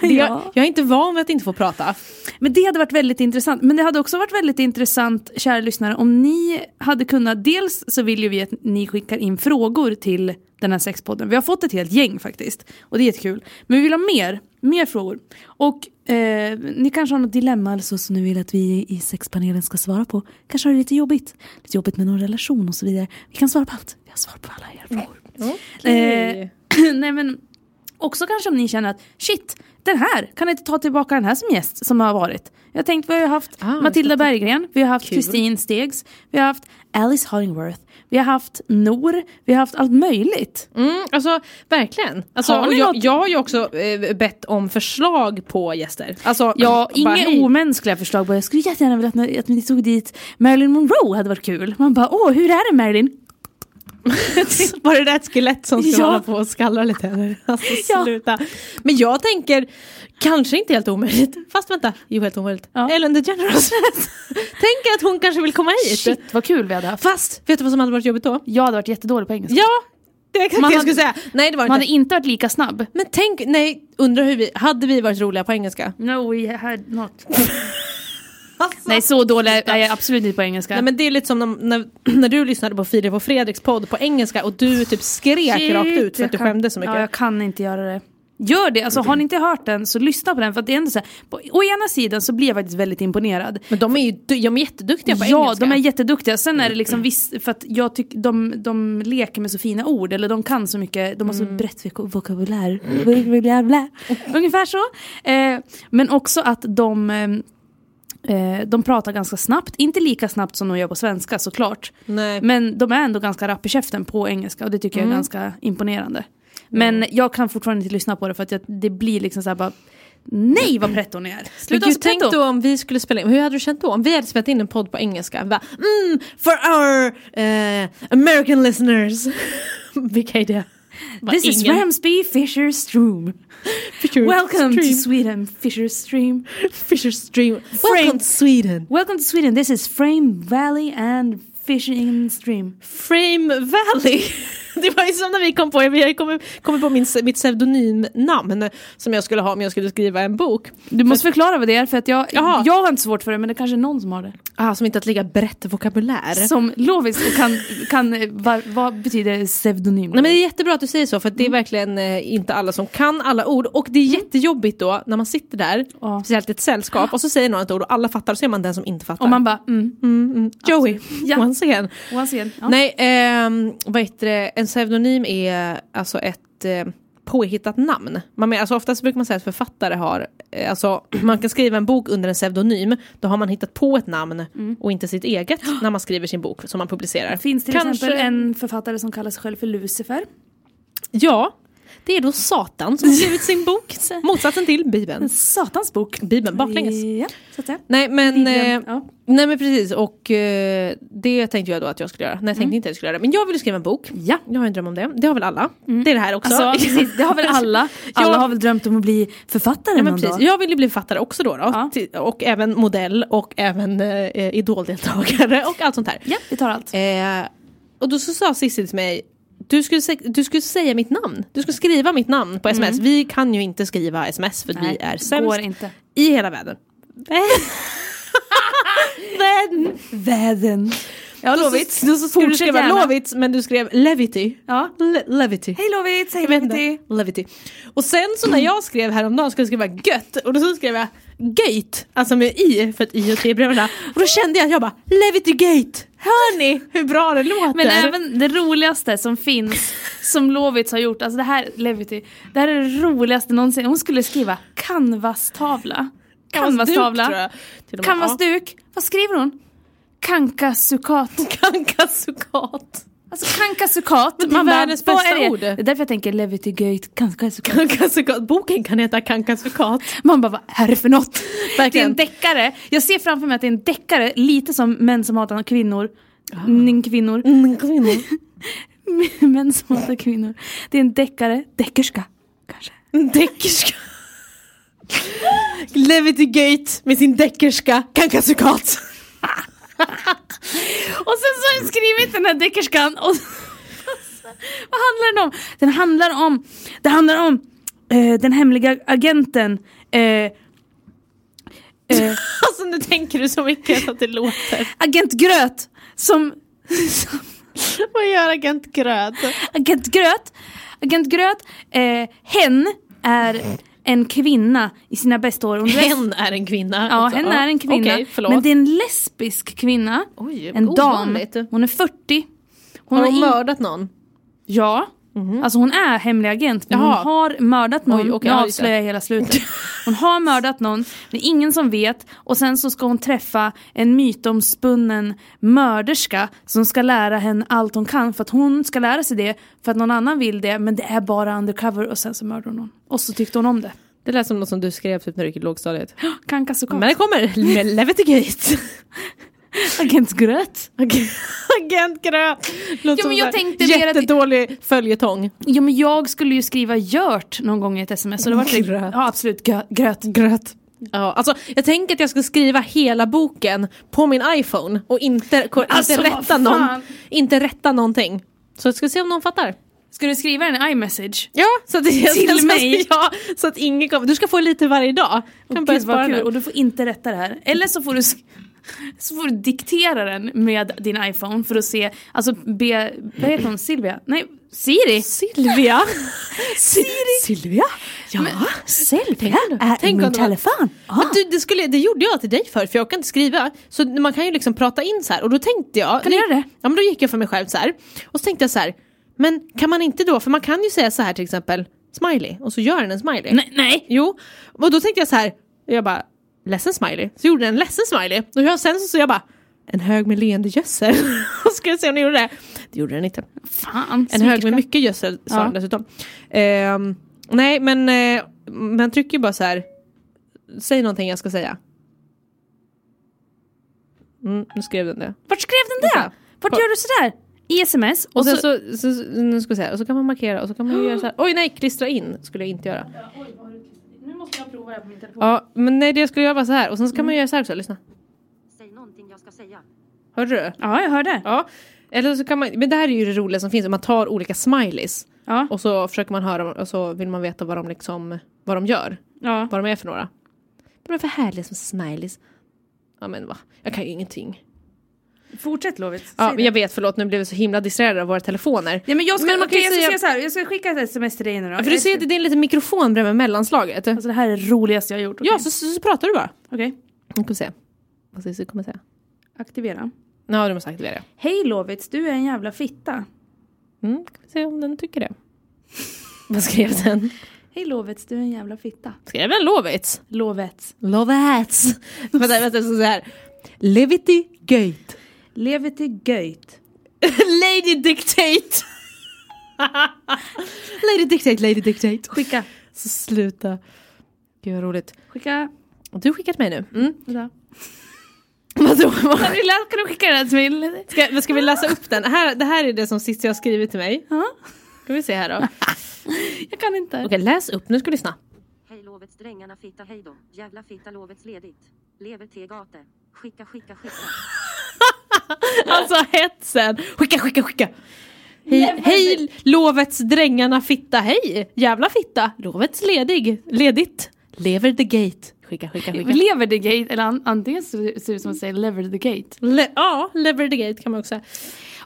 [SPEAKER 2] Det- jag,
[SPEAKER 1] Ja.
[SPEAKER 2] jag är inte van vid att inte få prata.
[SPEAKER 1] Men det hade varit väldigt intressant. Men det hade också varit väldigt intressant, kära lyssnare, om ni hade kunnat, dels så vill ju vi att ni skickar in frågor till den här sexpodden. Vi har fått ett helt gäng faktiskt. Och det är jättekul. Men vi vill ha mer, mer frågor. Och eh, ni kanske har något dilemma eller så som ni vill att vi i sexpanelen ska svara på. Kanske har det lite jobbigt. Lite jobbigt med någon relation och så vidare. Vi kan svara på allt. Vi har svar på alla era frågor. Eh, nej men också kanske om ni känner att shit, den här, kan jag inte ta tillbaka den här som gäst som har varit? Jag tänkte vi har ju haft
[SPEAKER 2] Ah,
[SPEAKER 1] Matilda Berggren, vi har haft Kristin Stegs, vi har haft Alice Hollingworth, vi har haft Nor, vi har haft allt möjligt.
[SPEAKER 2] Mm, alltså verkligen. Alltså,
[SPEAKER 1] Har ni
[SPEAKER 2] och jag,
[SPEAKER 1] något-
[SPEAKER 2] jag har ju också eh, bett om förslag på gäster. Alltså,
[SPEAKER 1] Ja,
[SPEAKER 2] bara,
[SPEAKER 1] inga
[SPEAKER 2] hej.
[SPEAKER 1] omänskliga förslag. Bara, jag skulle jättegärna vilja att ni, att ni tog dit Marilyn Monroe, hade varit kul. Man bara, åh, hur är det Marilyn?
[SPEAKER 2] Var det där ett skelett som skulle
[SPEAKER 1] Ja.
[SPEAKER 2] hålla på och skallra lite? eller? Alltså
[SPEAKER 1] Ja.
[SPEAKER 2] sluta. Men jag tänker, kanske inte helt omöjligt. Fast vänta, jo helt omöjligt.
[SPEAKER 1] Ja.
[SPEAKER 2] Ellen DeGeneres. Tänk att hon kanske vill komma hit.
[SPEAKER 1] Shit, vad kul vi hade haft.
[SPEAKER 2] Fast, vet du vad som hade varit jobbigt då?
[SPEAKER 1] Jag hade varit jättedålig på engelska.
[SPEAKER 2] Ja, det är exakt
[SPEAKER 1] Man
[SPEAKER 2] det jag
[SPEAKER 1] hade-
[SPEAKER 2] skulle säga. Nej det var
[SPEAKER 1] Man
[SPEAKER 2] det
[SPEAKER 1] hade
[SPEAKER 2] inte.
[SPEAKER 1] inte varit lika snabb.
[SPEAKER 2] Men tänk, nej, undrar hur vi, hade vi varit roliga på engelska?
[SPEAKER 1] No, we had not.
[SPEAKER 2] Alltså.
[SPEAKER 1] Nej, så dålig är jag absolut inte på engelska.
[SPEAKER 2] Nej men det är lite som när, när, när du lyssnade på Filip och Fredriks podd på engelska och du typ skrek
[SPEAKER 1] Shit,
[SPEAKER 2] rakt ut för
[SPEAKER 1] jag
[SPEAKER 2] att du
[SPEAKER 1] kan-
[SPEAKER 2] skämdes så mycket.
[SPEAKER 1] Ja, jag kan inte göra det. Gör det, alltså har ni inte hört den så lyssna på den för att det är ändå så här, på, Å ena sidan så blir jag faktiskt väldigt imponerad.
[SPEAKER 2] Men de är ju du- de är jätteduktiga på
[SPEAKER 1] ja,
[SPEAKER 2] engelska.
[SPEAKER 1] de är jätteduktiga. Sen är det liksom viss, för att jag tycker de, de leker med så fina ord, eller de kan så mycket, de har så brett vok- vokabulär. vokabulär blä. Ungefär så. Eh, men också att de eh, eh, de pratar ganska snabbt, inte lika snabbt som de gör på svenska såklart.
[SPEAKER 2] Nej.
[SPEAKER 1] Men de är ändå ganska rapp i käften på engelska och det tycker jag är ganska imponerande. Men jag kan fortfarande inte lyssna på det för att jag, det blir liksom såhär bara Nej vad pretto ni är!
[SPEAKER 2] Men
[SPEAKER 1] Sluta
[SPEAKER 2] gud,
[SPEAKER 1] vara så
[SPEAKER 2] tänk
[SPEAKER 1] pretto!
[SPEAKER 2] då om vi skulle spela in, hur hade du känt då? Om vi hade spelat in en podd på engelska, bara, mm, for our eh, American listeners. Vilka är det? Bara,
[SPEAKER 1] This is
[SPEAKER 2] ingen.
[SPEAKER 1] Ramsby Fisher Stream.
[SPEAKER 2] Fisher
[SPEAKER 1] Welcome to
[SPEAKER 2] Stream.
[SPEAKER 1] Sweden, Fisher Stream.
[SPEAKER 2] Fisher Stream. Welcome
[SPEAKER 1] Frank-
[SPEAKER 2] to Sweden.
[SPEAKER 1] Welcome to Sweden, this is Frame Valley and Fishing Stream.
[SPEAKER 2] Frame Valley. Det var ju som när vi kom på, jag kom, kom på min, mitt pseudonymnamn som jag skulle ha om jag skulle skriva en bok.
[SPEAKER 1] Du måste förklara vad det är för att jag,
[SPEAKER 2] Jaha.
[SPEAKER 1] jag har inte svårt för det men det kanske är någon som har det.
[SPEAKER 2] Ah, som inte att ligga brett vokabulär.
[SPEAKER 1] Som loviskt och kan, kan eh, vad, vad betyder pseudonym?
[SPEAKER 2] Nej men det är jättebra att du säger så för att det är
[SPEAKER 1] Mm.
[SPEAKER 2] verkligen eh, inte alla som kan alla ord och det är jättejobbigt då när man sitter där,
[SPEAKER 1] Ja.
[SPEAKER 2] speciellt i ett sällskap och så säger någon ett ord och alla fattar och så är man den som inte fattar.
[SPEAKER 1] och man bara mm.
[SPEAKER 2] Joey,
[SPEAKER 1] Ja.
[SPEAKER 2] once again.
[SPEAKER 1] Once again. Ja.
[SPEAKER 2] Nej, ehm, vad heter det, en pseudonym är alltså ett eh, påhittat namn. Man menar, alltså oftast brukar man säga att författare har, eh, alltså man kan skriva en bok under en pseudonym, då har man hittat på ett namn och inte sitt eget när man skriver sin bok som man publicerar.
[SPEAKER 1] Mm. Finns till
[SPEAKER 2] Kanske-
[SPEAKER 1] exempel en författare som kallar sig själv för Lucifer.
[SPEAKER 2] Ja, det är då Satan som har skrivit sin bok. Motsatsen till Bibeln.
[SPEAKER 1] Satans bok.
[SPEAKER 2] Bibeln baklänges.
[SPEAKER 1] Ja, så att säga.
[SPEAKER 2] Nej men, eh,
[SPEAKER 1] Bibeln, ja.
[SPEAKER 2] nej men precis och eh, det tänkte jag då att jag skulle göra. Nej jag tänkte inte att jag skulle göra det. Men jag ville skriva en bok.
[SPEAKER 1] Mm. Ja.
[SPEAKER 2] Jag har en dröm om det. Det har väl alla? Det är det här också.
[SPEAKER 1] Alltså, precis, det har väl alla. Alla har väl drömt om att bli författare
[SPEAKER 2] Ja,
[SPEAKER 1] någon
[SPEAKER 2] men precis.
[SPEAKER 1] dag.
[SPEAKER 2] Jag vill ju bli författare också då. då.
[SPEAKER 1] Ja.
[SPEAKER 2] Till- Och även modell och även eh, idoldeltagare och allt sånt här.
[SPEAKER 1] Ja, vi tar allt.
[SPEAKER 2] Eh, och då så sa Cissi till mig du skulle, sä- du skulle säga mitt namn, du skulle skriva mitt namn på sms. Vi kan ju inte skriva sms för vi är sämst
[SPEAKER 1] Mm. går inte.
[SPEAKER 2] i hela världen.
[SPEAKER 1] Världen. Världen. Ja, Lovits.
[SPEAKER 2] Då så skulle du
[SPEAKER 1] Fortsätt
[SPEAKER 2] skriva
[SPEAKER 1] gärna.
[SPEAKER 2] Lovits men du skrev Levity.
[SPEAKER 1] Ja.
[SPEAKER 2] Le- levity.
[SPEAKER 1] Hej Lovits, hej
[SPEAKER 2] Jag vet inte.
[SPEAKER 1] Lovity.
[SPEAKER 2] Levity. Och sen så när jag skrev häromdagen skulle jag skriva gött och då så skrev jag gate, alltså med i för att i och t är bredvid varandra. Och då kände jag att jag bara Levity gate, hör ni hur bra det låter?
[SPEAKER 1] Men även det roligaste som finns, som Lovits har gjort, alltså det här, Levity, det här är det roligaste någonsin. Hon skulle skriva canvas-tavla.
[SPEAKER 2] Canvasduk, tror
[SPEAKER 1] Canvas-tavla.
[SPEAKER 2] jag, till och med.
[SPEAKER 1] Canvasduk. Vad skriver hon? Kankasukat.
[SPEAKER 2] Ja. Kankasukat.
[SPEAKER 1] Alltså kankasukat.
[SPEAKER 2] Men det är världens
[SPEAKER 1] vad
[SPEAKER 2] bästa
[SPEAKER 1] är det?
[SPEAKER 2] ord.
[SPEAKER 1] Det är därför jag tänker Levity Gate, kankasukat.
[SPEAKER 2] Kankasukat. Boken kan heta Kankasukat.
[SPEAKER 1] Man bara, vad är det för något?
[SPEAKER 2] Verkligen.
[SPEAKER 1] Det är en deckare. Jag ser framför mig att det är en deckare, lite som Män som hatar kvinnor. Mm, kvinnor.
[SPEAKER 2] Mm, kvinnor.
[SPEAKER 1] Män som hatar kvinnor. Det är en deckare, deckerska. Kanske.
[SPEAKER 2] Deckerska. Levity Gate med sin deckerska Kankasukat.
[SPEAKER 1] Och sen så har jag skrivit den här deckerskan och vad handlar den om? Den handlar om, det handlar om eh, den hemliga agenten. Eh, eh,
[SPEAKER 2] Alltså nu tänker du så mycket att det låter.
[SPEAKER 1] agent Gröt som, som
[SPEAKER 2] Vad gör Agent Gröt?
[SPEAKER 1] Agent Gröt, Agent Gröt, eh, hen är en kvinna i sina bästa år. Hon är-
[SPEAKER 2] Mm. Hen är en kvinna.
[SPEAKER 1] Ja,
[SPEAKER 2] alltså.
[SPEAKER 1] hen är en kvinna.
[SPEAKER 2] Okej, förlåt.
[SPEAKER 1] men det är en lesbisk kvinna.
[SPEAKER 2] Oj,
[SPEAKER 1] en dam.
[SPEAKER 2] ovanligt.
[SPEAKER 1] Hon är 40. Hon
[SPEAKER 2] Har hon
[SPEAKER 1] in-
[SPEAKER 2] mördat någon?
[SPEAKER 1] Ja. Alltså hon är hemlig agent men
[SPEAKER 2] Mhm. Jaha.
[SPEAKER 1] hon har mördat någon.
[SPEAKER 2] Oj, okej,
[SPEAKER 1] nu
[SPEAKER 2] ja, just det.
[SPEAKER 1] avslöjar jag hela slutet. Hon har mördat någon, det är ingen som vet och sen så ska hon träffa en mytomspunnen mörderska som ska lära henne allt hon kan för att hon ska lära sig det för att någon annan vill det men det är bara undercover och sen så mördar hon någon. Och så tyckte hon om det.
[SPEAKER 2] Det lät som något som du skrev typ när du gick i lågstadiet.
[SPEAKER 1] Kankasukat.
[SPEAKER 2] Men det kommer med Levity Gate.
[SPEAKER 1] Agent Gröt.
[SPEAKER 2] Agent Gröt. Låter
[SPEAKER 1] Ja, men
[SPEAKER 2] som
[SPEAKER 1] jag
[SPEAKER 2] en
[SPEAKER 1] tänkte mer att-
[SPEAKER 2] jättedålig följetong.
[SPEAKER 1] Ja men jag skulle ju skriva Gört någon gång i ett sms så det var typ,
[SPEAKER 2] Gröt.
[SPEAKER 1] ja absolut grö- gröt. Gröt.
[SPEAKER 2] Ja, alltså, jag tänker att jag ska skriva hela boken på min iPhone och inte, ko-
[SPEAKER 1] Alltså,
[SPEAKER 2] inte,
[SPEAKER 1] vad
[SPEAKER 2] rätta
[SPEAKER 1] fan.
[SPEAKER 2] någon, inte rätta någonting. Så jag ska se om någon fattar.
[SPEAKER 1] Ska du skriva den i iMessage?
[SPEAKER 2] Ja, så att, jag
[SPEAKER 1] Till
[SPEAKER 2] ska-
[SPEAKER 1] mig?
[SPEAKER 2] Ja, så att ingen kommer. Du ska få lite varje dag. Kan
[SPEAKER 1] Gud
[SPEAKER 2] börja
[SPEAKER 1] vad
[SPEAKER 2] spara
[SPEAKER 1] kul, och
[SPEAKER 2] nu.
[SPEAKER 1] du får inte rätta det här. Eller så får du, sk- så får du diktera den med din iPhone för att se, alltså be, vad heter hon, Silvia? Nej, Siri!
[SPEAKER 3] Silvia! Siri! Silvia!
[SPEAKER 1] Ja, Silvia
[SPEAKER 3] Är
[SPEAKER 2] tänk
[SPEAKER 3] min
[SPEAKER 2] om det var-
[SPEAKER 3] telefon?
[SPEAKER 1] Ah.
[SPEAKER 2] Men du, det, skulle, det gjorde jag till dig för för jag kan inte skriva. Så man kan ju liksom prata in så här och då tänkte jag.
[SPEAKER 1] Kan du göra det?
[SPEAKER 2] Ja men då gick jag för mig själv så här. Och så tänkte jag så här. Men kan man inte då, för man kan ju säga så här till exempel smiley och så gör den en smiley.
[SPEAKER 1] Nej, nej!
[SPEAKER 2] Jo, och då tänkte jag så här. Jag bara ledsen smiley. Så gjorde den en ledsen smiley. Och jag, sen så, så jag bara en hög med leende gödsel. och så ska jag se om den gjorde det. Det gjorde den inte.
[SPEAKER 1] Fan,
[SPEAKER 2] En hög med mycket gödsel
[SPEAKER 1] Ja.
[SPEAKER 2] sa han dessutom. Ehm, nej men eh, man trycker ju bara så här. Säg någonting jag ska säga. Mm, nu skrev den det.
[SPEAKER 1] Vart skrev den det? Vart gör du sådär? I sms och,
[SPEAKER 2] Och
[SPEAKER 1] så,
[SPEAKER 2] sen så, så, så, nu ska vi se, och så kan man markera och så kan man ju göra så här. Oj nej, klistra in skulle jag inte göra.
[SPEAKER 1] Nu måste jag prova det här på min telefon.
[SPEAKER 2] Ja, men nej det jag skulle göra var så här och sen så kan man göra så här också, lyssna.
[SPEAKER 4] Säg någonting jag ska säga.
[SPEAKER 2] Hörde du?
[SPEAKER 1] Ja, jag hörde.
[SPEAKER 2] Ja. Eller så kan man, men det här är ju det roliga som finns, man tar olika smileys.
[SPEAKER 1] Ja.
[SPEAKER 2] Och så försöker man höra och så vill man veta vad de liksom, vad de gör.
[SPEAKER 1] Ja.
[SPEAKER 2] vad de är för några. Vad de är för härliga som smileys. Ja men va, jag kan ju ingenting.
[SPEAKER 1] Fortsätt Lovits.
[SPEAKER 2] Ja, men jag vet, förlåt nu blev vi så himla distraherade av våra telefoner.
[SPEAKER 1] Ja, men jag ska,
[SPEAKER 2] Men man kan
[SPEAKER 1] okej,
[SPEAKER 2] ju
[SPEAKER 1] jag ska
[SPEAKER 2] säga-
[SPEAKER 1] säga så här, jag ska skicka ett sms till dig nu då.
[SPEAKER 2] För du ser att det är en liten mikrofon bredvid mellanslaget.
[SPEAKER 1] Alltså det här är det roligaste jag har gjort. okej?
[SPEAKER 2] Ja, så, så, så pratar du bara.
[SPEAKER 1] Okej,
[SPEAKER 2] Nu ska vi se. Vad ska vi se, kommer säga?
[SPEAKER 1] aktivera.
[SPEAKER 2] Ja, du måste aktivera.
[SPEAKER 1] Hej Lovits, du är en jävla fitta.
[SPEAKER 2] Mm, ska vi se om den tycker det. Vad skrev den?
[SPEAKER 1] Hej Lovits, du är en jävla fitta.
[SPEAKER 2] Skrev den Lovits?
[SPEAKER 1] Lovets.
[SPEAKER 2] Lovats! vänta, vänta, så här. Levity Gate.
[SPEAKER 1] Lever till göjt.
[SPEAKER 2] Lady Dictate! lady Dictate, Lady Dictate.
[SPEAKER 1] Skicka.
[SPEAKER 2] Så sluta. Gud vad roligt.
[SPEAKER 1] Skicka.
[SPEAKER 2] Och du har skickat mig nu. Mm.
[SPEAKER 1] Vänta.
[SPEAKER 2] Vadå?
[SPEAKER 1] Kan du lä- kan du skicka den till mig?
[SPEAKER 2] Ska, ska vi läsa upp den? Här, det här är det som Cissi har skrivit till mig.
[SPEAKER 1] Ja.
[SPEAKER 2] Ska vi se här då.
[SPEAKER 1] Jag kan inte.
[SPEAKER 2] Okej, läs upp. Nu ska du lyssna.
[SPEAKER 4] Hej lovets drängarna fitta hej då. Jävla fitta lovets ledigt. Lever tegate. Skicka skicka skicka.
[SPEAKER 2] Alltså hetsen. Skicka, skicka, skicka. Hej, hej lovets drängarna fitta, hej! Jävla fitta, lovets ledig, ledigt, lever the gate. Skicka, skicka, skicka.
[SPEAKER 1] Lever the gate, eller an- antingen så ser det ut som att säga lever the gate.
[SPEAKER 2] Le- ja, lever the gate kan man också säga.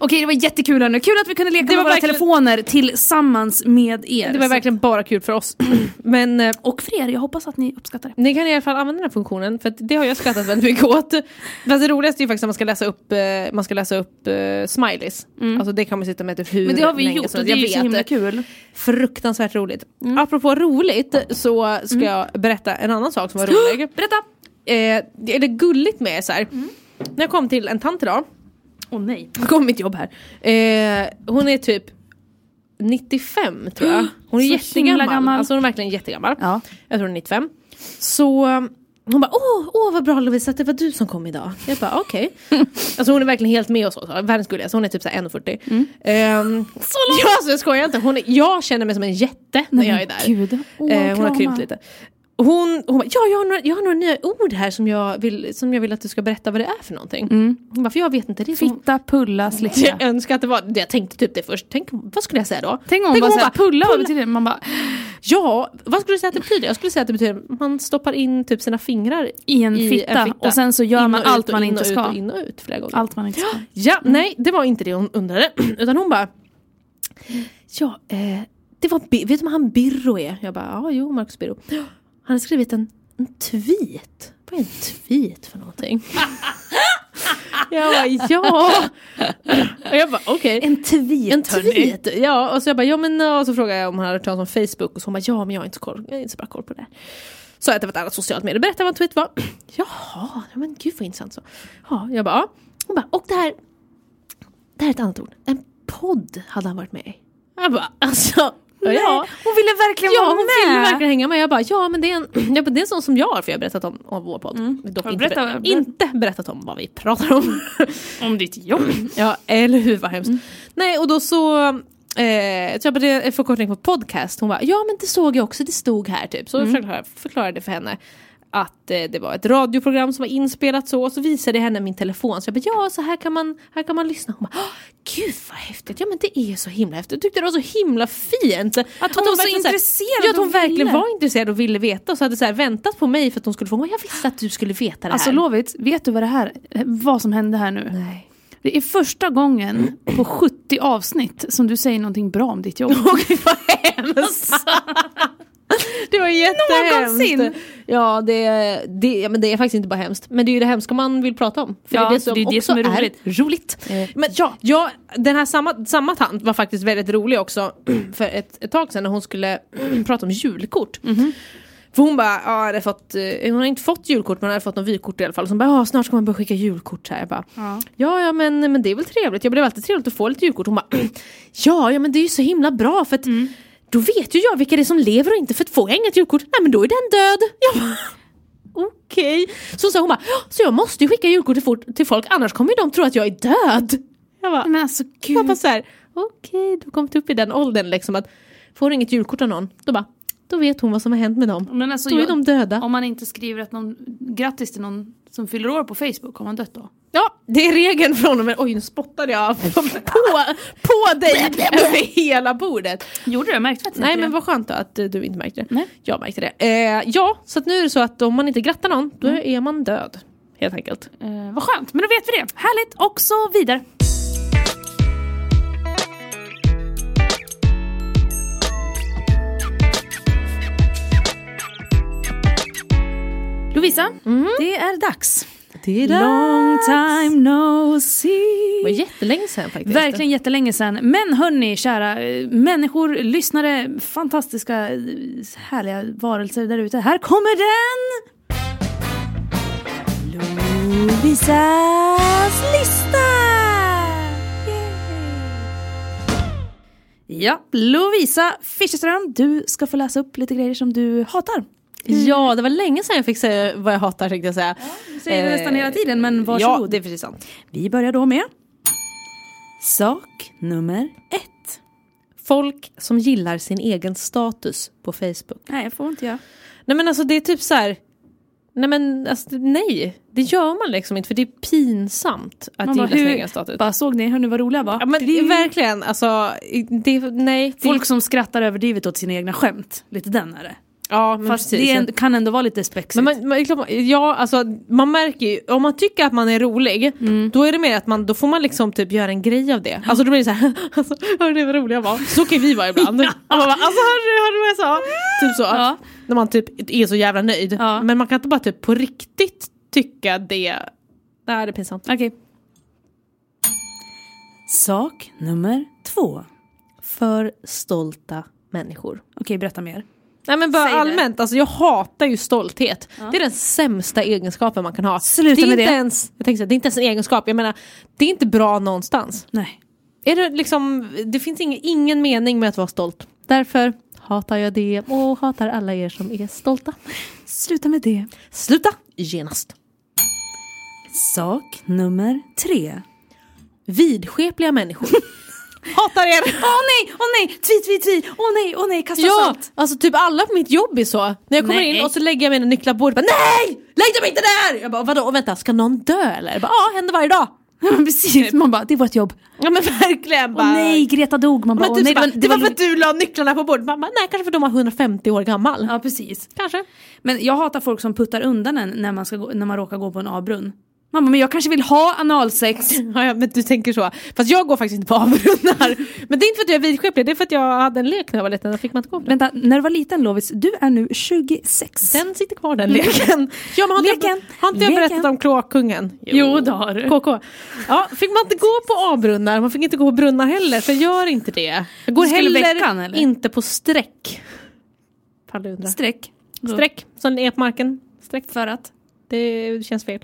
[SPEAKER 1] Okej det var jättekul Anna, kul att vi kunde leka med
[SPEAKER 2] var
[SPEAKER 1] våra
[SPEAKER 2] verkligen-
[SPEAKER 1] telefoner tillsammans med er.
[SPEAKER 2] Det var
[SPEAKER 1] Så-
[SPEAKER 2] verkligen bara kul för oss. Men eh,
[SPEAKER 1] Och för er, jag hoppas att ni uppskattar det.
[SPEAKER 2] Ni kan i alla fall använda den här funktionen för att det har jag skrattat väldigt mycket åt. Fast det roligaste är ju faktiskt att man ska läsa upp, eh, man ska läsa upp eh, smileys. Alltså det kan man sitta med typ hur
[SPEAKER 1] Mm. Men det har vi
[SPEAKER 2] länge
[SPEAKER 1] gjort
[SPEAKER 2] som
[SPEAKER 1] och det är
[SPEAKER 2] helst.
[SPEAKER 1] ju så
[SPEAKER 2] Jag vet.
[SPEAKER 1] himla kul. Mm.
[SPEAKER 2] Fruktansvärt roligt. Apropå roligt så ska jag berätta en annan sak som var rolig.
[SPEAKER 1] Berätta!
[SPEAKER 2] Eh, det, det är gulligt med så här.
[SPEAKER 1] Mm.
[SPEAKER 2] När jag kom till en tant idag,
[SPEAKER 1] Åh nej.
[SPEAKER 2] kom mitt jobb här. Eh, hon är typ 95 tror jag. Hon är
[SPEAKER 1] Så
[SPEAKER 2] jättegammal.
[SPEAKER 1] himla gammal.
[SPEAKER 2] Alltså hon är verkligen jättegammal.
[SPEAKER 1] Ja.
[SPEAKER 2] Jag tror hon är 95. Så um, hon bara åh, åh vad bra Lovisa att det var du som kom idag. Jag bara okej. alltså hon är verkligen helt med oss. också. Världens gulligaste. Hon är typ så här 1,40. Mm. så långt! Ja, alltså, jag skojar inte. Hon är, jag känner mig som en jätte när jag är där.
[SPEAKER 1] Gud. Åh,
[SPEAKER 2] Eh, hon har
[SPEAKER 1] krama.
[SPEAKER 2] krympt lite. Hon, hon bara, ja jag har, några, jag har några nya ord här som jag, vill, som jag vill att du ska berätta vad det är för någonting. Hon bara, för jag vet inte. Det är som,
[SPEAKER 1] Mm. Fitta, pulla, slicka.
[SPEAKER 2] jag önskar att det var det. Jag tänkte typ det först. Tänk, vad skulle jag säga då?
[SPEAKER 1] Tänk om hon bara såhär, pulla, pulla. Till det. man bara
[SPEAKER 2] Ja, vad skulle du säga att det betyder? Jag skulle säga att det betyder att man stoppar in typ sina fingrar
[SPEAKER 1] i en, fitta. och sen så gör
[SPEAKER 2] In och
[SPEAKER 1] man
[SPEAKER 2] ut
[SPEAKER 1] allt
[SPEAKER 2] och
[SPEAKER 1] man
[SPEAKER 2] in
[SPEAKER 1] inte
[SPEAKER 2] och
[SPEAKER 1] ska.
[SPEAKER 2] Ut och in och ut flera gånger.
[SPEAKER 1] Allt Mm. man inte ska.
[SPEAKER 2] Ja, nej, det var inte det hon undrade. Utan hon bara... Ja, eh, det var... Bi- Vet du vad han Birro är? Jag bara, ja, jo, Marcus Birro. Han har skrivit en, en tweet. Vad är en tweet för någonting? jag bara, ja. Och jag bara, okej.
[SPEAKER 1] En tweet,
[SPEAKER 2] En tweet! Ja, och så jag bara, ja men eh, och så frågade jag om han hade hört talas om Facebook och så hon bara, ja men jag har inte så, koll, jag har inte så bra koll på det. Så att det var ett annat socialt medie, berättade vad en tweet var. Jaha, ja, men gud vad intressant så. Ja, jag bara, ja. Hon bara, och det här, det här är ett annat ord, en podd hade han varit med i. Jag bara, alltså, ja.
[SPEAKER 1] Hon ville verkligen
[SPEAKER 2] Ja,
[SPEAKER 1] vara
[SPEAKER 2] hon
[SPEAKER 1] med.
[SPEAKER 2] ville verkligen hänga med. Jag bara, ja men det är en, jag bara, det är en sån som jag har, för jag har berättat om, om vår podd. Dock
[SPEAKER 1] Ja,
[SPEAKER 2] inte,
[SPEAKER 1] berätta,
[SPEAKER 2] ber-
[SPEAKER 1] ber-
[SPEAKER 2] inte berättat om vad vi pratar om.
[SPEAKER 1] Om ditt jobb.
[SPEAKER 2] Ja, eller hur, vad hemskt.
[SPEAKER 1] Mm.
[SPEAKER 2] Nej, och då så... Eh, så jag bara, det är en förkortning på podcast. Hon bara, ja men det såg jag också, det stod här typ. Så
[SPEAKER 1] Mm.
[SPEAKER 2] jag förklarade, förklarade för henne att eh, det var ett radioprogram som var inspelat så. Och så visade jag henne min telefon. Så jag bara, ja så här kan man, här kan man lyssna. Hon bara, "Åh, gud vad häftigt. Ja men det är så himla häftigt. Jag tyckte det var så himla fint. Att
[SPEAKER 1] var
[SPEAKER 2] hon,
[SPEAKER 1] så
[SPEAKER 2] verkligen här-
[SPEAKER 1] intresserad
[SPEAKER 2] Ja, att
[SPEAKER 1] och
[SPEAKER 2] hon verkligen
[SPEAKER 1] ville.
[SPEAKER 2] var intresserad och ville veta. Och så hade så här väntat på mig för att hon skulle få, hon bara, jag visste att du skulle veta det här.
[SPEAKER 1] Alltså Lovits, vet du vad det här, vad som hände här nu?
[SPEAKER 2] Nej.
[SPEAKER 1] Det är första gången på 17 80 avsnitt som du säger någonting bra om ditt jobb.
[SPEAKER 2] vad hemskt! Det var
[SPEAKER 1] Någonsin.
[SPEAKER 2] jättehemskt. Ja, det, det, ja, men det är faktiskt inte bara hemskt. Men det är ju det hemska man vill prata om. För
[SPEAKER 1] Ja, alltså,
[SPEAKER 2] det är det som,
[SPEAKER 1] det är det
[SPEAKER 2] också
[SPEAKER 1] som är roligt.
[SPEAKER 2] roligt. Men ja. ja, den här samma, samma tant var faktiskt väldigt rolig också för ett, ett tag sedan när hon skulle prata om julkort.
[SPEAKER 1] Mhm.
[SPEAKER 2] För hon bara, ja, jag hade fått, eh, hon har inte fått julkort men hon hade fått något vykort i alla fall. Så hon bara, ja snart ska man börja skicka julkort. Så här. Jag bara, ja ja, men, men det är väl trevligt. Jag blev alltid trevligt att få lite julkort. Hon bara, ja ja men det är ju så himla bra för att
[SPEAKER 1] Mm.
[SPEAKER 2] då vet ju jag vilka det är som lever och inte. För att får jag inget julkort, nej men då är den död. Jag bara, okej. Så sa hon bara, "Ja, så jag måste ju skicka julkort till, fort, till folk annars kommer ju de tro att jag är död. Jag bara,
[SPEAKER 1] Men alltså
[SPEAKER 2] jag bara
[SPEAKER 1] gud.
[SPEAKER 2] så här, okej du har kommit upp i den åldern liksom att får du inget julkort av någon, då bara, då vet hon vad som har hänt med dem.
[SPEAKER 1] Men alltså,
[SPEAKER 2] Då är
[SPEAKER 1] jag-
[SPEAKER 2] de döda.
[SPEAKER 1] Om man inte skriver att någon, grattis till någon som fyller år på Facebook, har man dött då?
[SPEAKER 2] Ja, det är regeln från och med... Oj, nu spottade jag på, på dig över hela bordet.
[SPEAKER 1] Gjorde du? Jag märkte faktiskt
[SPEAKER 2] Nej,
[SPEAKER 1] inte
[SPEAKER 2] men
[SPEAKER 1] det.
[SPEAKER 2] vad skönt då att eh, du inte märkte det.
[SPEAKER 1] Nej.
[SPEAKER 2] Jag märkte det. Eh, ja, så att nu är det så att om man inte grattar någon, då
[SPEAKER 1] Mm.
[SPEAKER 2] är man död. Helt enkelt.
[SPEAKER 1] Eh, vad skönt, men då vet vi det. Härligt och så vidare. Lovisa, det är dags.
[SPEAKER 2] Mm. Det är
[SPEAKER 1] Long time no see.
[SPEAKER 2] Det var jättelänge sedan faktiskt.
[SPEAKER 1] Verkligen jättelänge sedan. Men hörni, kära eh, människor, lyssnare, fantastiska, eh, härliga varelser där ute. Här kommer den! Lovisas lista! Yay! Ja, Lovisa Fischerström, du ska få läsa upp lite grejer som du hatar.
[SPEAKER 2] Ja, det var länge sedan jag fick säga vad jag hatar tänkte jag säga.
[SPEAKER 1] Du säger det nästan hela tiden, men
[SPEAKER 2] Ja,
[SPEAKER 1] varsågod.
[SPEAKER 2] det är precis sant.
[SPEAKER 1] Eh, Vi börjar då med sak nummer ett.
[SPEAKER 2] Folk som gillar sin egen status på Facebook.
[SPEAKER 1] Nej, jag får inte jag.
[SPEAKER 2] Nej men alltså det är typ så här. Nej men alltså, nej, det gör man liksom inte för det är pinsamt att
[SPEAKER 1] Man
[SPEAKER 2] gilla
[SPEAKER 1] bara,
[SPEAKER 2] sin
[SPEAKER 1] hur,
[SPEAKER 2] egen status.
[SPEAKER 1] bara såg ni, hörni vad roliga var?
[SPEAKER 2] Ja, men
[SPEAKER 1] Det är ju
[SPEAKER 2] verkligen, alltså det, nej. Det,
[SPEAKER 1] Folk som skrattar överdrivet åt sina egna skämt, lite den är det.
[SPEAKER 2] ja, men
[SPEAKER 1] Fast
[SPEAKER 2] precis.
[SPEAKER 1] det är, en- kan ändå vara lite spexigt.
[SPEAKER 2] men man, man, är klart- ja, alltså, man märker ju, om man tycker att man är rolig, då är det mer att man, då får man liksom typ göra en grej av det. Alltså då blir det så här, alltså, hörde ni vad roliga jag var? Så kan vi vara ibland. Och man bara, alltså hörde du, hörde du vad jag sa? Typ så.
[SPEAKER 1] Ja.
[SPEAKER 2] När man typ är så jävla nöjd.
[SPEAKER 1] Ja.
[SPEAKER 2] Men man kan inte bara typ på riktigt tycka det. Nej, det är pinsamt.
[SPEAKER 1] Okej. Sak nummer två.
[SPEAKER 2] För stolta människor.
[SPEAKER 1] Okej, berätta mer.
[SPEAKER 2] Nej men bara
[SPEAKER 1] Säg det.
[SPEAKER 2] allmänt, alltså jag hatar ju stolthet. Det är den sämsta egenskapen man kan ha.
[SPEAKER 1] Sluta
[SPEAKER 2] det är
[SPEAKER 1] med
[SPEAKER 2] inte
[SPEAKER 1] det.
[SPEAKER 2] Ens, jag tänkte säga, det är inte ens en egenskap, jag menar det är inte bra någonstans.
[SPEAKER 1] Nej.
[SPEAKER 2] Är det, liksom, det finns ingen, ingen mening med att vara stolt. Därför hatar jag det och hatar alla er som är stolta.
[SPEAKER 1] Sluta med det.
[SPEAKER 2] Sluta genast.
[SPEAKER 1] Sak nummer tre.
[SPEAKER 2] Vidskepliga människor. hatar er!
[SPEAKER 1] Åh nej, åh nej, tvi, tvi, tvi, åh nej, åh nej, kasta
[SPEAKER 2] Ja,
[SPEAKER 1] salt.
[SPEAKER 2] alltså typ alla på mitt jobb är så. När jag kommer
[SPEAKER 1] Nej.
[SPEAKER 2] in och så lägger jag mina nycklar på bordet. Bara, Nej! Lägg dem inte där! Jag bara, vadå? Och vänta, ska någon dö eller? Jag bara, Ja, händer varje dag.
[SPEAKER 1] Precis, man bara, det är vårt jobb.
[SPEAKER 2] Ja men verkligen bara.
[SPEAKER 1] Åh nej, Greta dog. Man bara,
[SPEAKER 2] Men
[SPEAKER 1] åh
[SPEAKER 2] typ,
[SPEAKER 1] nej,
[SPEAKER 2] så bara, det, var,
[SPEAKER 1] Lo-
[SPEAKER 2] för att du la nycklarna på bordet. Mamma, nej kanske för att de var 150 år gammal.
[SPEAKER 1] Ja, precis.
[SPEAKER 2] Kanske.
[SPEAKER 1] Men jag hatar folk som puttar undan en när man, ska gå, när man råkar gå på en avbrunn. Mamma, men jag kanske vill ha analsex.
[SPEAKER 2] Ja, ja, men du tänker så. Fast jag går faktiskt inte på avbrunnar. Men det är inte för att jag är vidskeplig, det är för att jag hade en lek när jag var liten. Då fick man inte gå på den.
[SPEAKER 1] Vänta, när du var liten Lovis, du är nu 26.
[SPEAKER 2] Den sitter kvar den leken. Ja, men har inte,
[SPEAKER 1] Leken.
[SPEAKER 2] Jag, har inte jag
[SPEAKER 1] Leken.
[SPEAKER 2] berättat om kloakkungen?
[SPEAKER 1] Jo, det har du.
[SPEAKER 2] KK. Ja, fick man inte gå på avbrunnar, man fick inte gå på brunnar heller, för jag gör inte det. Jag går
[SPEAKER 1] Du skulle
[SPEAKER 2] heller
[SPEAKER 1] väcka han, eller?
[SPEAKER 2] inte på streck. Palundra.
[SPEAKER 1] Streck.
[SPEAKER 2] Streck, som är på marken. Streck.
[SPEAKER 1] För att?
[SPEAKER 2] Det känns fel.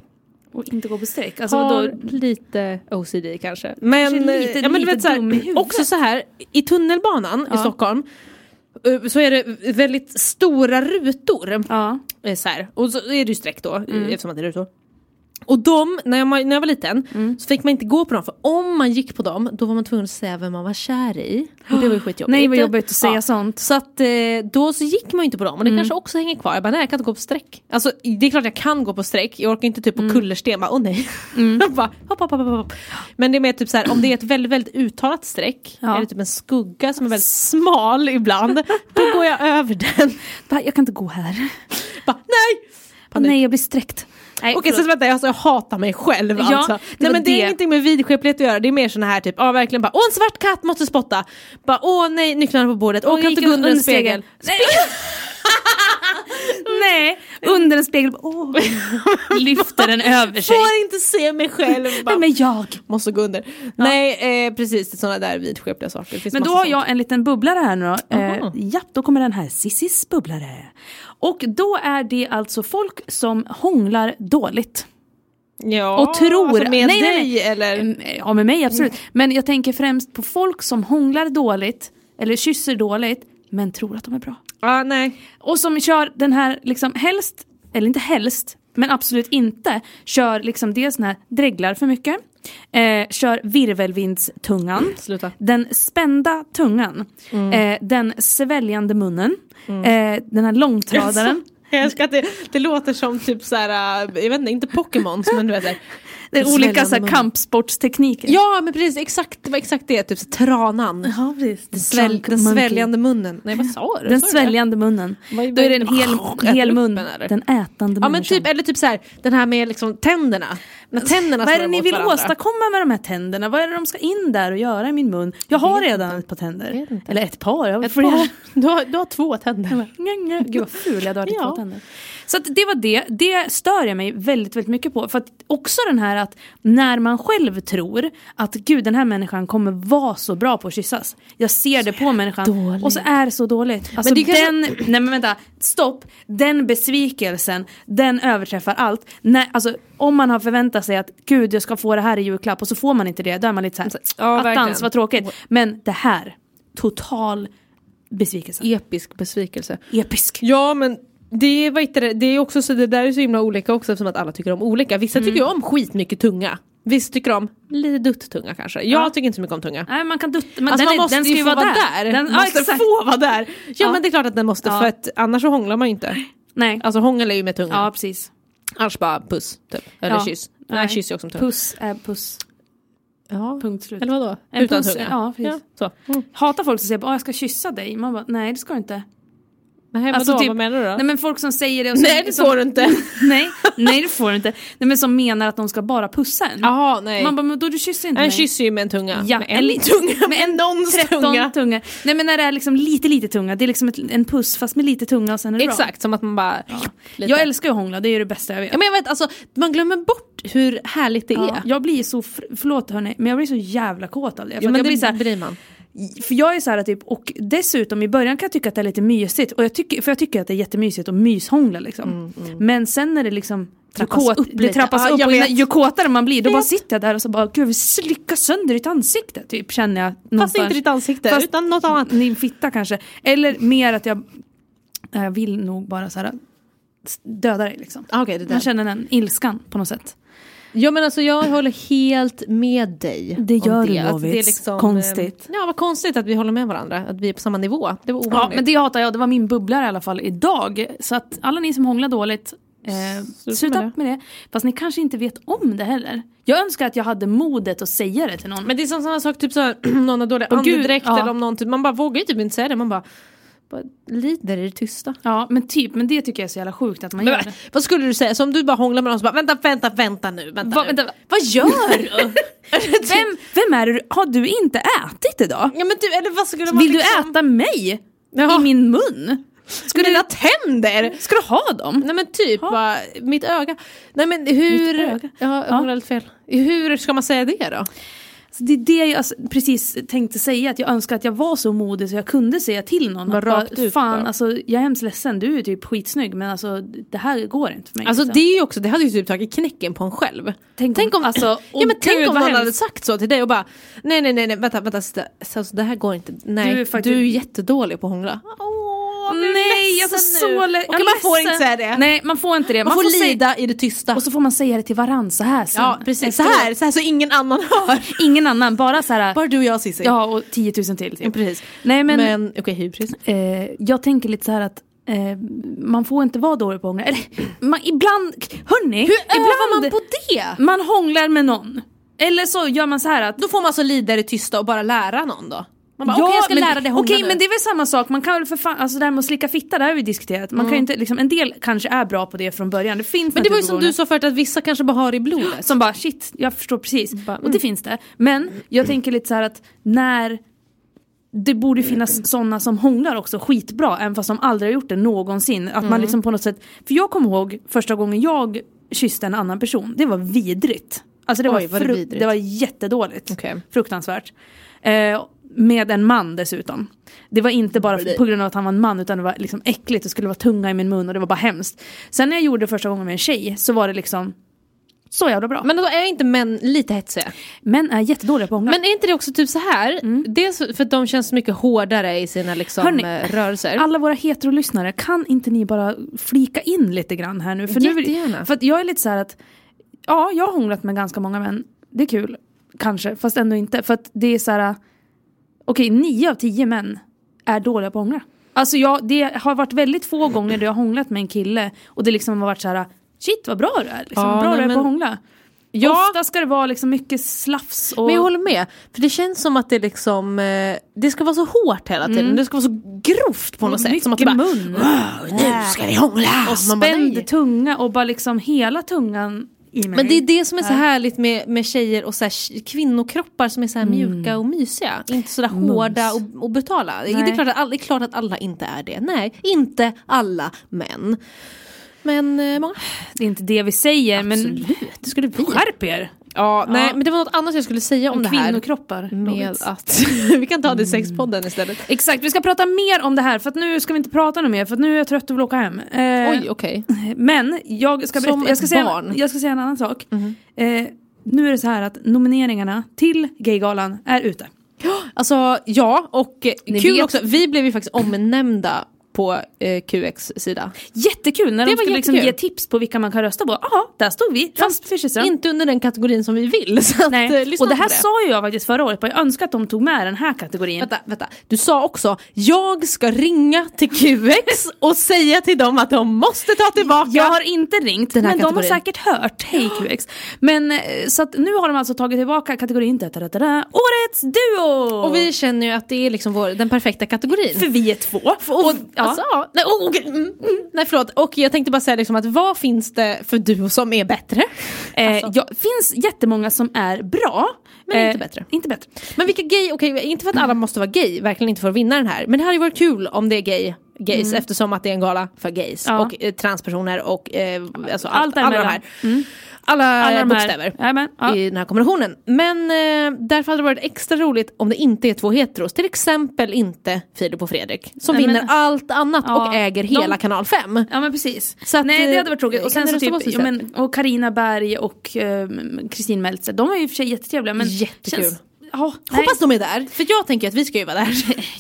[SPEAKER 1] Och inte gå på streck. Alltså,
[SPEAKER 2] Alltså,
[SPEAKER 1] vadå?
[SPEAKER 2] har lite OCD kanske. Men,
[SPEAKER 1] Kanske lite-
[SPEAKER 2] eh, ja, men
[SPEAKER 1] lite
[SPEAKER 2] du vet, så
[SPEAKER 1] dum i
[SPEAKER 2] här,
[SPEAKER 1] huvudet.
[SPEAKER 2] också så här, i tunnelbanan i Stockholm eh, så är det väldigt stora rutor.
[SPEAKER 1] Ja.
[SPEAKER 2] Eh, Så här. Och så är det ju streck då, eh,
[SPEAKER 1] Mm.
[SPEAKER 2] eftersom att det är rutor. Och de, när jag, när jag var liten,
[SPEAKER 1] Mm.
[SPEAKER 2] så fick man inte gå på dem för om man gick på dem då var man tvungen att säga vem man var kär i. Och det var ju skitjobbigt.
[SPEAKER 1] Nej, vad jobbigt att säga sånt. Mm.
[SPEAKER 2] Så att eh, då så gick man ju inte på dem och det kanske också hänger kvar. Jag bara nej jag kan inte gå på streck. Alltså det är klart jag kan gå på streck, jag orkar inte typ på
[SPEAKER 1] Mm.
[SPEAKER 2] kullersten, bara åh nej. Jag bara, hopp, hopp, hopp, hopp, hopp. Men det är mer typ så här, om det är ett väldigt väldigt uttalat streck,
[SPEAKER 1] Ja.
[SPEAKER 2] är det typ en skugga som är väldigt smal ibland, då går jag över den.
[SPEAKER 1] Va, Jag kan inte gå här.
[SPEAKER 2] Bara, nej!
[SPEAKER 1] Åh, nej, jag blir sträckt. Nej,
[SPEAKER 2] Okej, så
[SPEAKER 1] förlåt.
[SPEAKER 2] vänta, alltså, jag hatar mig själv
[SPEAKER 1] Ja,
[SPEAKER 2] alltså.
[SPEAKER 1] det
[SPEAKER 2] Nej
[SPEAKER 1] var
[SPEAKER 2] men det är
[SPEAKER 1] det.
[SPEAKER 2] ingenting med vidskeplighet att göra, det är mer sån här typ, ja verkligen bara, åh en svart katt måste spotta! Bara, åh nej, nycklarna på bordet, åh kan inte gå under en spegel?
[SPEAKER 1] Nej. Nej, under en spegel. Åh. Lyfter den över sig.
[SPEAKER 2] Får inte se mig själv! Bara,
[SPEAKER 1] Vem är jag?
[SPEAKER 2] måste gå under. Nej, eh, precis, sådana där vidskepliga saker. Det finns
[SPEAKER 1] Men då
[SPEAKER 2] massa
[SPEAKER 1] har
[SPEAKER 2] sånt.
[SPEAKER 1] jag en liten bubblare här nu då. Eh, japp, då kommer den här. Sissis bubblare. Och då är det alltså folk som hånglar dåligt.
[SPEAKER 2] ja,
[SPEAKER 1] och tror...
[SPEAKER 2] Alltså med dig eller?
[SPEAKER 1] Mm, Ja, med mig absolut. Men jag tänker främst på folk som hånglar dåligt, eller kysser dåligt, men tror att de är bra.
[SPEAKER 2] Ja, nej.
[SPEAKER 1] Och som kör den här, liksom helst, eller inte helst, men absolut inte, kör liksom dels den här dreglar för mycket, eh, kör virvelvindstungan,
[SPEAKER 2] Sluta.
[SPEAKER 1] den spända tungan, eh, den sväljande munnen, eh, den här långtradaren.
[SPEAKER 2] Jag älskar att det, det låter som typ såhär, äh, jag vet inte, inte Pokémons men du vet såhär.
[SPEAKER 1] Det är olika
[SPEAKER 2] sväljande
[SPEAKER 1] så här,
[SPEAKER 2] mun.
[SPEAKER 1] kampsportstekniker.
[SPEAKER 2] Ja men precis, exakt, det var exakt det, typ så, tranan.
[SPEAKER 1] Ja, precis.
[SPEAKER 2] Den, sväl, den sväljande munnen. Nej vad sa du?
[SPEAKER 1] Den
[SPEAKER 2] Sa du det?
[SPEAKER 1] sväljande munnen.
[SPEAKER 2] Vad-
[SPEAKER 1] Då är det en hel,
[SPEAKER 2] Äter
[SPEAKER 1] hel
[SPEAKER 2] upp
[SPEAKER 1] mun.
[SPEAKER 2] den, eller?
[SPEAKER 1] Den ätande
[SPEAKER 2] Ja men
[SPEAKER 1] människan.
[SPEAKER 2] typ, eller typ såhär, den här med liksom tänderna. När tänderna
[SPEAKER 1] Vad är
[SPEAKER 2] slår
[SPEAKER 1] det ni
[SPEAKER 2] emot
[SPEAKER 1] vill
[SPEAKER 2] varandra.
[SPEAKER 1] åstadkomma med de här tänderna? Vad är det de ska in där och göra i min mun? Jag har redan ett par tänder. Eller ett par. Jag har
[SPEAKER 2] Ett
[SPEAKER 1] flera. Mm.
[SPEAKER 2] par. Du har, du har två tänder.
[SPEAKER 1] Nja, nja. Gud vad ful jag hade
[SPEAKER 2] Ja.
[SPEAKER 1] två tänder. Så att det var det. Det stör jag mig väldigt, väldigt mycket på. För att också den här att när man själv tror att gud den här människan kommer vara så bra på att kyssas. Jag ser det på människan
[SPEAKER 2] dåligt.
[SPEAKER 1] och så är det så dåligt. Alltså
[SPEAKER 2] det är kanske-
[SPEAKER 1] den, nej men vänta, stopp. Den besvikelsen, den överträffar allt. Nej, alltså, om man har förväntat sig att gud jag ska få det här i julklapp och så får man inte det, då är man lite såhär,
[SPEAKER 2] Ja, verkligen.
[SPEAKER 1] attans vad tråkigt. Men det här, total besvikelse.
[SPEAKER 2] Episk besvikelse.
[SPEAKER 1] E- Episk.
[SPEAKER 2] Ja men det, vad heter det, det är också så, det där är så himla olika också eftersom att alla tycker om olika. Vissa
[SPEAKER 1] Mm.
[SPEAKER 2] tycker ju om skitmycket tunga. Vissa tycker om lite dutt-tunga kanske. Jag
[SPEAKER 1] Ja.
[SPEAKER 2] tycker inte så mycket om tunga.
[SPEAKER 1] Nej man kan dutta, men
[SPEAKER 2] Alltså
[SPEAKER 1] den,
[SPEAKER 2] man
[SPEAKER 1] är-
[SPEAKER 2] måste
[SPEAKER 1] den ska
[SPEAKER 2] ju
[SPEAKER 1] ju
[SPEAKER 2] få
[SPEAKER 1] vara där. Den, ja,
[SPEAKER 2] måste
[SPEAKER 1] exakt.
[SPEAKER 2] få vara där. Ja,
[SPEAKER 1] Ja.
[SPEAKER 2] men det är klart att den måste
[SPEAKER 1] Ja.
[SPEAKER 2] för att annars så hånglar man ju inte.
[SPEAKER 1] Nej.
[SPEAKER 2] Alltså hångel är ju med tungan.
[SPEAKER 1] Ja precis.
[SPEAKER 2] Annars bara puss typ. Eller
[SPEAKER 1] Ja.
[SPEAKER 2] kyss. Nej,
[SPEAKER 1] Nej.
[SPEAKER 2] kyss är också med tungan.
[SPEAKER 1] Puss är puss,
[SPEAKER 2] Ja.
[SPEAKER 1] punkt slut.
[SPEAKER 2] Eller vadå?
[SPEAKER 1] En
[SPEAKER 2] Utan
[SPEAKER 1] puss-
[SPEAKER 2] tunga?
[SPEAKER 1] ja, precis.
[SPEAKER 2] så.
[SPEAKER 1] Hatar folk som säger bara, "Åh, jag ska kyssa dig. Man bara nej det ska du inte.
[SPEAKER 2] Nej,
[SPEAKER 1] Alltså,
[SPEAKER 2] vadå?
[SPEAKER 1] typ-
[SPEAKER 2] Vad menar du då?
[SPEAKER 1] Nej men folk som säger det och som,
[SPEAKER 2] Nej, det
[SPEAKER 1] som,
[SPEAKER 2] får du inte.
[SPEAKER 1] nej, nej det får du inte. Nej men som menar att de ska bara pussa en.
[SPEAKER 2] Jaha, nej.
[SPEAKER 1] Man bara men då du kysser inte
[SPEAKER 2] en
[SPEAKER 1] mig.
[SPEAKER 2] kyss är ju med en tunga.
[SPEAKER 1] Ja,
[SPEAKER 2] med en,
[SPEAKER 1] en liten-
[SPEAKER 2] tunga.
[SPEAKER 1] med en
[SPEAKER 2] någons
[SPEAKER 1] 13
[SPEAKER 2] tunga.
[SPEAKER 1] tunga. Nej men när det är liksom lite lite tunga, det är liksom ett, en puss fast med lite tunga och sen är det
[SPEAKER 2] Exakt, som att man bara...
[SPEAKER 1] bra.
[SPEAKER 2] lite.
[SPEAKER 1] Jag älskar ju att hångla, det är ju det bästa jag vet.
[SPEAKER 2] Ja, men jag vet, alltså, man glömmer bort hur härligt det
[SPEAKER 1] Ja.
[SPEAKER 2] är.
[SPEAKER 1] Jag blir så, fr- förlåt hörni, men jag blir så jävla kåt av det. För,
[SPEAKER 2] Jo,
[SPEAKER 1] att
[SPEAKER 2] men
[SPEAKER 1] jag blir
[SPEAKER 2] det
[SPEAKER 1] så här,
[SPEAKER 2] blir man.
[SPEAKER 1] för jag är så här typ, och dessutom i början kan jag tycka att det är lite mysigt, och jag tycker, för jag tycker att det är jättemysigt att myshångla liksom. Men sen när det liksom
[SPEAKER 2] Mm, Trappas
[SPEAKER 1] ju kåt-
[SPEAKER 2] upp
[SPEAKER 1] det
[SPEAKER 2] lite.
[SPEAKER 1] trappas
[SPEAKER 2] Ja,
[SPEAKER 1] upp
[SPEAKER 2] jag
[SPEAKER 1] och
[SPEAKER 2] vet.
[SPEAKER 1] ju kåtare man blir då bara sitter jag där och så bara gud jag vill slicka sönder ditt ansikte typ känner jag
[SPEAKER 2] Fast inte ditt ansikte,
[SPEAKER 1] Fast-
[SPEAKER 2] utan något annat.
[SPEAKER 1] Din fitta kanske. Eller mer att jag, jag vill nog bara så här döda dig liksom.
[SPEAKER 2] Ah, okej, det där.
[SPEAKER 1] Man känner den ilskan på något sätt.
[SPEAKER 2] Ja men alltså jag håller helt med dig.
[SPEAKER 1] Det
[SPEAKER 2] om
[SPEAKER 1] gör du,
[SPEAKER 2] Att
[SPEAKER 1] Lovits.
[SPEAKER 2] eh,
[SPEAKER 1] Konstigt.
[SPEAKER 2] Ja vad konstigt att vi håller med varandra, att vi är på samma nivå. Det var
[SPEAKER 1] Ja,
[SPEAKER 2] ovanligt.
[SPEAKER 1] men det hatar jag. Det var min bubblare i alla fall idag. Så att alla ni som hånglar dåligt, eh, sluta
[SPEAKER 2] med
[SPEAKER 1] upp med det. Fast ni kanske inte vet om det heller. Jag önskar att jag hade modet att säga det till någon.
[SPEAKER 2] Men det är som samma sak, typ så här, någon har dålig
[SPEAKER 1] Åh, gud,
[SPEAKER 2] andedräkt
[SPEAKER 1] ja.
[SPEAKER 2] eller om någon, typ, man bara vågar ju typ inte säga det, man bara, bara lider i det tysta.
[SPEAKER 1] ja, men typ. Men det tycker jag är så jävla sjukt att man
[SPEAKER 2] Men,
[SPEAKER 1] gör
[SPEAKER 2] vad-
[SPEAKER 1] det.
[SPEAKER 2] vad skulle du säga, så om du bara hånglar med någon så bara vänta, vänta, vänta nu, vänta,
[SPEAKER 1] Va,
[SPEAKER 2] nu.
[SPEAKER 1] vänta, vad gör du? vem, vem är det? Har du inte ätit idag?
[SPEAKER 2] Ja men typ, eller vad skulle man
[SPEAKER 1] Vill du
[SPEAKER 2] liksom...
[SPEAKER 1] äta mig?
[SPEAKER 2] Ja.
[SPEAKER 1] I min mun?
[SPEAKER 2] Ska Mina tänder!
[SPEAKER 1] Ska du ha dem?
[SPEAKER 2] Nej men typ, bara, mitt öga. Nej men hur...
[SPEAKER 1] Mitt öga.
[SPEAKER 2] Ja, jag
[SPEAKER 1] Ja.
[SPEAKER 2] hånglade lite fel. Hur ska man säga det då?
[SPEAKER 1] Så det är det jag alltså, precis tänkte säga, att jag önskar att jag var så modig så jag kunde säga till någon
[SPEAKER 2] Bara
[SPEAKER 1] att bara,
[SPEAKER 2] rakt ut
[SPEAKER 1] fan
[SPEAKER 2] bara."
[SPEAKER 1] alltså jag är hemskt ledsen, du är typ skitsnygg men alltså det här går inte för mig.
[SPEAKER 2] Alltså
[SPEAKER 1] liksom.
[SPEAKER 2] det är ju också, det hade ju typ tagit knäcken på en själv.
[SPEAKER 1] Tänk om- alltså,
[SPEAKER 2] ja, men
[SPEAKER 1] åh,
[SPEAKER 2] tänk
[SPEAKER 1] gud,
[SPEAKER 2] om
[SPEAKER 1] vad
[SPEAKER 2] någon hade
[SPEAKER 1] hemskt.
[SPEAKER 2] sagt så till dig och bara nej nej nej, nej vänta, vänta så, så, så, det här går inte, nej du
[SPEAKER 1] Du
[SPEAKER 2] är,
[SPEAKER 1] är faktiskt-
[SPEAKER 2] jättedålig på att hångla.
[SPEAKER 1] Nej, alltså så
[SPEAKER 2] nu.
[SPEAKER 1] le-
[SPEAKER 2] Okej,
[SPEAKER 1] jag är
[SPEAKER 2] man får
[SPEAKER 1] ledsen.
[SPEAKER 2] inte säga det.
[SPEAKER 1] Nej man får inte det.
[SPEAKER 2] Man, får,
[SPEAKER 1] säga-
[SPEAKER 2] lida i det tysta.
[SPEAKER 1] Och så får man säga det till varann så här sen.
[SPEAKER 2] ja precis, så
[SPEAKER 1] Efteråt.
[SPEAKER 2] här, så här så ingen annan hör.
[SPEAKER 1] Ingen annan, bara så här.
[SPEAKER 2] Bara du och jag Cissi.
[SPEAKER 1] Ja och 10 000 till.
[SPEAKER 2] Ja,
[SPEAKER 1] Typ.
[SPEAKER 2] precis.
[SPEAKER 1] Nej
[SPEAKER 2] Men,
[SPEAKER 1] men,
[SPEAKER 2] okej hybris.
[SPEAKER 1] eh, jag tänker lite så här att eh, man får inte vara dålig på att hångla. Eller man, ibland, hörni. ibland,
[SPEAKER 2] det?
[SPEAKER 1] Man hånglar med någon. Eller så gör man så här att
[SPEAKER 2] alltså Då får man så lida i det tysta och bara lära någon då.
[SPEAKER 1] Man bara,
[SPEAKER 3] Ja,
[SPEAKER 1] okej jag ska
[SPEAKER 3] men-
[SPEAKER 1] lära dig hångla
[SPEAKER 3] okej,
[SPEAKER 1] nu.
[SPEAKER 3] men
[SPEAKER 1] det är väl samma sak, man kan väl för fan, alltså det här med att slicka fitta, det har vi diskuterat. Man kan ju inte, liksom, en del kanske är bra på det från början. Det finns
[SPEAKER 2] Men det var ju som du sa förut att vissa kanske bara har i blodet.
[SPEAKER 3] som
[SPEAKER 1] bara shit, jag förstår precis.
[SPEAKER 2] Bara, mm.
[SPEAKER 1] Och det finns det. Men jag tänker lite så här att när det borde finnas sådana som hånglar också skitbra även fast de aldrig har gjort det någonsin. Att
[SPEAKER 2] Mm.
[SPEAKER 1] man liksom på något sätt, för jag kommer ihåg första gången jag kysste en annan person, det var vidrigt. Alltså det,
[SPEAKER 2] Oj,
[SPEAKER 1] var,
[SPEAKER 2] var det
[SPEAKER 1] fru-
[SPEAKER 2] vidrigt?
[SPEAKER 1] det var jättedåligt.
[SPEAKER 2] Okej.
[SPEAKER 1] Fruktansvärt. Eh, med en man dessutom. Det var inte bara för, på grund av att han var en man utan det var liksom äckligt, det skulle vara tunga i min mun och det var bara hemskt. Sen när jag gjorde det första gången med en tjej så var det liksom så jävla bra.
[SPEAKER 2] Men då är inte män lite hetsiga?
[SPEAKER 1] Män är jättedåliga på att hångla.
[SPEAKER 2] Men är inte det också typ så här? Dels för att de känns mycket hårdare i sina liksom,
[SPEAKER 1] Hörni,
[SPEAKER 2] eh, rörelser.
[SPEAKER 1] alla våra heterolyssnare, kan inte ni bara flika in lite grann här nu? För, nu
[SPEAKER 2] Jättegärna.
[SPEAKER 1] för att jag är lite så här att, ja, jag har hånglat med ganska många män. Det är kul, kanske, fast ändå inte. För att det är så här, okej, nio av tio män är dåliga på att hångla. Alltså jag, det har varit väldigt få gånger där jag har hånglat med en kille och det liksom har varit så här, shit vad bra du är, liksom,
[SPEAKER 2] Ja,
[SPEAKER 1] bra
[SPEAKER 2] nej,
[SPEAKER 1] du är på
[SPEAKER 2] men-
[SPEAKER 1] att hångla.
[SPEAKER 2] Ja.
[SPEAKER 1] Ofta ska det vara liksom mycket slafs och...
[SPEAKER 2] Men jag håller med, för det känns som att det liksom eh, Det ska vara så hårt hela tiden, det ska vara så grovt på något sätt. Som att det bara,
[SPEAKER 1] mun.
[SPEAKER 2] "Wow, nu ska vi hångla!
[SPEAKER 1] Och
[SPEAKER 2] Man bara,
[SPEAKER 1] spänd
[SPEAKER 2] "Nej."
[SPEAKER 1] tunga och bara liksom hela tungan i mig.
[SPEAKER 2] Men det är det som är så härligt med, med tjejer och så här, tj- kvinnokroppar som är så här mjuka och mysiga. Inte sådär hårda och, och brutala. Det är,
[SPEAKER 1] Nej.
[SPEAKER 2] klart att alla, det är klart att alla inte är det. Nej, inte alla män. Men eh, många.
[SPEAKER 1] Det är inte det vi säger men
[SPEAKER 2] Absolut, det skulle vi.
[SPEAKER 1] skärp er!
[SPEAKER 2] Ja, nej, men det var något annat jag skulle säga om,
[SPEAKER 1] Om
[SPEAKER 2] det här.
[SPEAKER 1] kvinnokroppar.
[SPEAKER 2] Med
[SPEAKER 1] Lovits.
[SPEAKER 2] att, vi kan ta det i sexpodden istället.
[SPEAKER 1] Exakt, vi ska prata mer om det här för att nu ska vi inte prata något mer för att nu är jag trött och vill åka hem. Eh,
[SPEAKER 2] Oj, okej.
[SPEAKER 1] Men jag ska, berätta,
[SPEAKER 2] Som
[SPEAKER 1] jag, ska
[SPEAKER 2] ett
[SPEAKER 1] säga,
[SPEAKER 2] barn.
[SPEAKER 1] jag ska säga en annan sak. Eh, nu är det så här att nomineringarna till Gaygalan är ute.
[SPEAKER 2] Alltså ja, och eh,
[SPEAKER 1] Ni
[SPEAKER 2] kul
[SPEAKER 1] vet-
[SPEAKER 2] också, vi blev ju faktiskt omnämnda på eh, QX sida.
[SPEAKER 1] Jättekul när
[SPEAKER 2] Det
[SPEAKER 1] de
[SPEAKER 2] var
[SPEAKER 1] skulle liksom ge
[SPEAKER 2] jättekul.
[SPEAKER 1] tips på vilka man kan rösta på. Ja, där stod vi. Fast Fischerström.
[SPEAKER 2] Inte under den kategorin som vi vill. Så att, eh,
[SPEAKER 1] Nej.
[SPEAKER 2] lyssna
[SPEAKER 1] Och det här
[SPEAKER 2] på det.
[SPEAKER 1] sa ju jag faktiskt förra året, bara, jag önskar att de tog med den här kategorin.
[SPEAKER 2] Vänta, vänta. Du sa också, jag ska ringa till QX och säga till dem att de måste ta tillbaka.
[SPEAKER 1] Jag har inte ringt, men
[SPEAKER 2] här
[SPEAKER 1] de har
[SPEAKER 2] kategorin.
[SPEAKER 1] säkert hört. Hej QX. Men eh, så att nu har de alltså tagit tillbaka kategorin da, da, da, da, da, Årets Duo!
[SPEAKER 2] Och vi känner ju att det är liksom vår, den perfekta kategorin.
[SPEAKER 1] För vi är två.
[SPEAKER 2] Och,
[SPEAKER 1] ja.
[SPEAKER 2] alltså, ja. nej, oh, okej, mm, mm, nej förlåt, och jag tänkte bara säga liksom att vad finns det för duo som är bättre?
[SPEAKER 1] eh, ja, finns jättemånga som är bra. Eh,
[SPEAKER 2] alltså. Men inte bättre.
[SPEAKER 1] Inte bättre.
[SPEAKER 2] Men vilka gay, okej inte för att alla måste vara gay, verkligen inte för att vinna den här. Men det hade ju varit kul om det är gay, gays eftersom att det är en gala för gays
[SPEAKER 1] Mm. Ja.
[SPEAKER 2] och eh, transpersoner och eh, alltså
[SPEAKER 1] Allt
[SPEAKER 2] allt, alla de
[SPEAKER 1] däremellan.
[SPEAKER 2] här. Alla,
[SPEAKER 1] Alla de här-
[SPEAKER 2] bokstäver
[SPEAKER 1] Jajamän, ja.
[SPEAKER 2] i den här kombinationen. Men eh, därför hade det varit extra roligt om det inte är två heteros, till exempel inte Filip och Fredrik som
[SPEAKER 1] Nej, men-
[SPEAKER 2] vinner allt annat
[SPEAKER 1] Ja,
[SPEAKER 2] och äger
[SPEAKER 1] de-
[SPEAKER 2] hela kanal 5.
[SPEAKER 1] Ja men precis.
[SPEAKER 2] Så att,
[SPEAKER 1] Nej det
[SPEAKER 2] eh,
[SPEAKER 1] hade varit tråkigt. Och
[SPEAKER 2] kan
[SPEAKER 1] sen
[SPEAKER 2] ni
[SPEAKER 1] så
[SPEAKER 2] rösta på
[SPEAKER 1] typ,
[SPEAKER 2] oss
[SPEAKER 1] ja,
[SPEAKER 2] istället?
[SPEAKER 1] men, och Carina Berg och eh, Kristin Meltzer, de var ju i och för sig jättetrevliga men
[SPEAKER 2] Jättekul.
[SPEAKER 1] känns- Ja, nej.
[SPEAKER 2] Hoppas de är där, för jag tänker att vi ska ju vara där.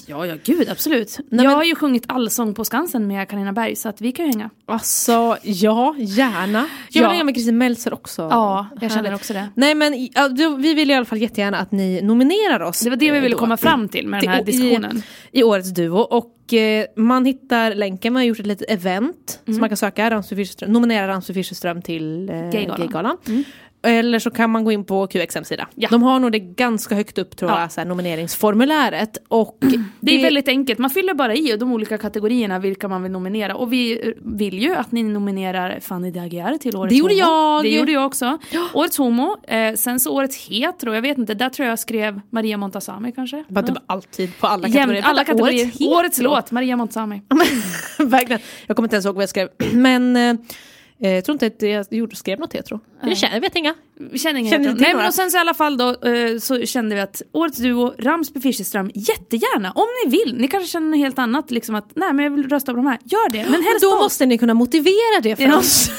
[SPEAKER 1] Ja, ja gud absolut. jag har ju sjungit allsång på Skansen med Carina Berg så att vi kan ju hänga.
[SPEAKER 2] Alltså, ja, gärna. Jag
[SPEAKER 1] Ja.
[SPEAKER 2] vill hänga med Kristin Meltzer också.
[SPEAKER 1] Ja, jag känner
[SPEAKER 2] Härligt.
[SPEAKER 1] också det.
[SPEAKER 2] Nej men i- ja, du- vi vill i alla fall jättegärna att ni nominerar oss.
[SPEAKER 1] Det var det vi
[SPEAKER 2] eh,
[SPEAKER 1] ville
[SPEAKER 2] då.
[SPEAKER 1] komma fram till med den här
[SPEAKER 2] Och i-
[SPEAKER 1] diskussionen.
[SPEAKER 2] I årets Duo och eh, man hittar länken, man har gjort ett litet event som man kan söka, Ramsby Fischerström, nominera Ramsby Fischerström till eh,
[SPEAKER 1] Gaygalan.
[SPEAKER 2] Gaygalan. Eller så kan man gå in på QX hemsida. De har nog det ganska högt upp tror
[SPEAKER 1] Ja.
[SPEAKER 2] jag, så här, nomineringsformuläret. Och
[SPEAKER 1] Det är väldigt enkelt, man fyller bara i de olika kategorierna vilka man vill nominera. Och vi eh, vill ju att ni nominerar Fanny Dagier till Årets
[SPEAKER 2] Det gjorde
[SPEAKER 1] homo.
[SPEAKER 2] jag.
[SPEAKER 1] Det gjorde jag också. Årets Homo, eh, sen så Årets Hetero, jag vet inte, där tror jag jag skrev Maria Montazami kanske.
[SPEAKER 2] Bara typ alltid på alla
[SPEAKER 1] Jämt-
[SPEAKER 2] kategorier.
[SPEAKER 1] alla
[SPEAKER 2] Vänta,
[SPEAKER 1] kategorier.
[SPEAKER 2] årets
[SPEAKER 1] Årets,
[SPEAKER 2] hit då?
[SPEAKER 1] låt, Maria Montazami.
[SPEAKER 2] Verkligen. Jag kommer inte ens ihåg vad jag skrev. Men eh, jag tror inte att jag gjorde, skrev något hetero. Jag känner, jag vet inga.
[SPEAKER 1] Vi känner ingen
[SPEAKER 2] Känner
[SPEAKER 1] hetero.
[SPEAKER 2] inte
[SPEAKER 1] Nej men
[SPEAKER 2] några.
[SPEAKER 1] och sen så i alla fall då eh, så kände vi att årets duo Ramsby Fischerström jättegärna om ni vill. Ni kanske känner något helt annat liksom att nej men jag vill rösta på de här. Gör det. Men helst
[SPEAKER 2] då
[SPEAKER 1] oss.
[SPEAKER 2] måste ni kunna motivera det för
[SPEAKER 1] Ja.
[SPEAKER 2] oss.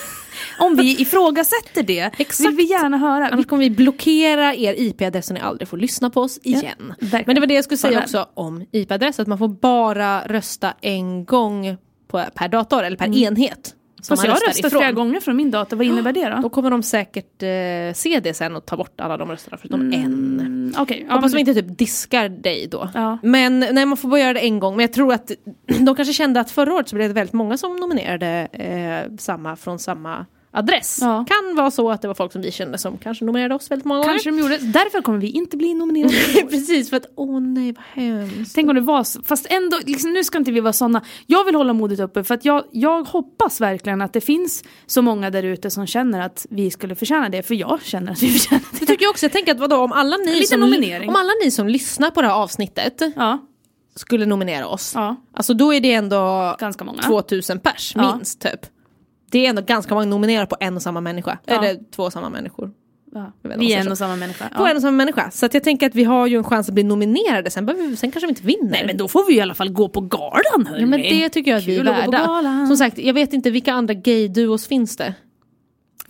[SPEAKER 1] om vi ifrågasätter det
[SPEAKER 2] Exakt.
[SPEAKER 1] vill vi gärna höra. Vi
[SPEAKER 2] Annars kommer vi blockera er IP-adress så ni aldrig får lyssna på oss igen.
[SPEAKER 1] verkligen.
[SPEAKER 2] Men det var det jag skulle säga
[SPEAKER 1] Bara-
[SPEAKER 2] också om IP-adress, att man får bara rösta en gång på, per dator eller per enhet. Som
[SPEAKER 1] Fast jag har röstat flera gånger från min dator, vad innebär det då?
[SPEAKER 2] Då kommer de säkert eh, se det sen och ta bort alla de rösterna förutom en.
[SPEAKER 1] Mm, Okej, ja,
[SPEAKER 2] Hoppas
[SPEAKER 1] men-
[SPEAKER 2] de inte typ diskar dig då.
[SPEAKER 1] Ja.
[SPEAKER 2] Men nej, man får bara göra det en gång. Men jag tror att de kanske kände att förra året så blev det väldigt många som nominerade eh, samma från samma adress.
[SPEAKER 1] Ja.
[SPEAKER 2] Kan vara så att det var folk som vi kände som kanske nominerade oss väldigt många
[SPEAKER 1] Kanske de gjorde, därför kommer vi inte bli nominerade.
[SPEAKER 2] gånger. Precis, för att åh nej vad hemskt.
[SPEAKER 1] Tänk om det var så. Fast ändå, liksom, nu ska inte vi vara såna. Jag vill hålla modet uppe för att jag, jag hoppas verkligen att det finns så många där ute som känner att vi skulle förtjäna det. För jag känner att vi förtjänar det.
[SPEAKER 2] Det tycker jag också. Jag tänker att vadå, om alla ni,
[SPEAKER 1] liten
[SPEAKER 2] som,
[SPEAKER 1] nominering.
[SPEAKER 2] om alla ni som lyssnar på det här avsnittet
[SPEAKER 1] Ja,
[SPEAKER 2] skulle nominera oss.
[SPEAKER 1] ja.
[SPEAKER 2] Alltså då är det ändå
[SPEAKER 1] Ganska många.
[SPEAKER 2] 2000 pers
[SPEAKER 1] Ja.
[SPEAKER 2] minst typ. Det är ändå ganska många nominerade på en och samma människa.
[SPEAKER 1] Ja.
[SPEAKER 2] Eller två samma människor.
[SPEAKER 1] Ja.
[SPEAKER 2] Jag vet
[SPEAKER 1] Vi
[SPEAKER 2] inte
[SPEAKER 1] är
[SPEAKER 2] vad
[SPEAKER 1] en
[SPEAKER 2] som-
[SPEAKER 1] och samma människa.
[SPEAKER 2] På
[SPEAKER 1] Ja.
[SPEAKER 2] en och samma människa. Så att jag tänker att vi har ju en chans att bli nominerade sen, behöver vi, sen kanske vi inte vinner.
[SPEAKER 1] Nej men då får vi i alla fall gå på galan hörni.
[SPEAKER 2] Ja, men det tycker jag att vi är
[SPEAKER 1] Kul att gå på
[SPEAKER 2] värda.
[SPEAKER 1] galan.
[SPEAKER 2] Som sagt, jag vet inte vilka andra gay-duos finns det?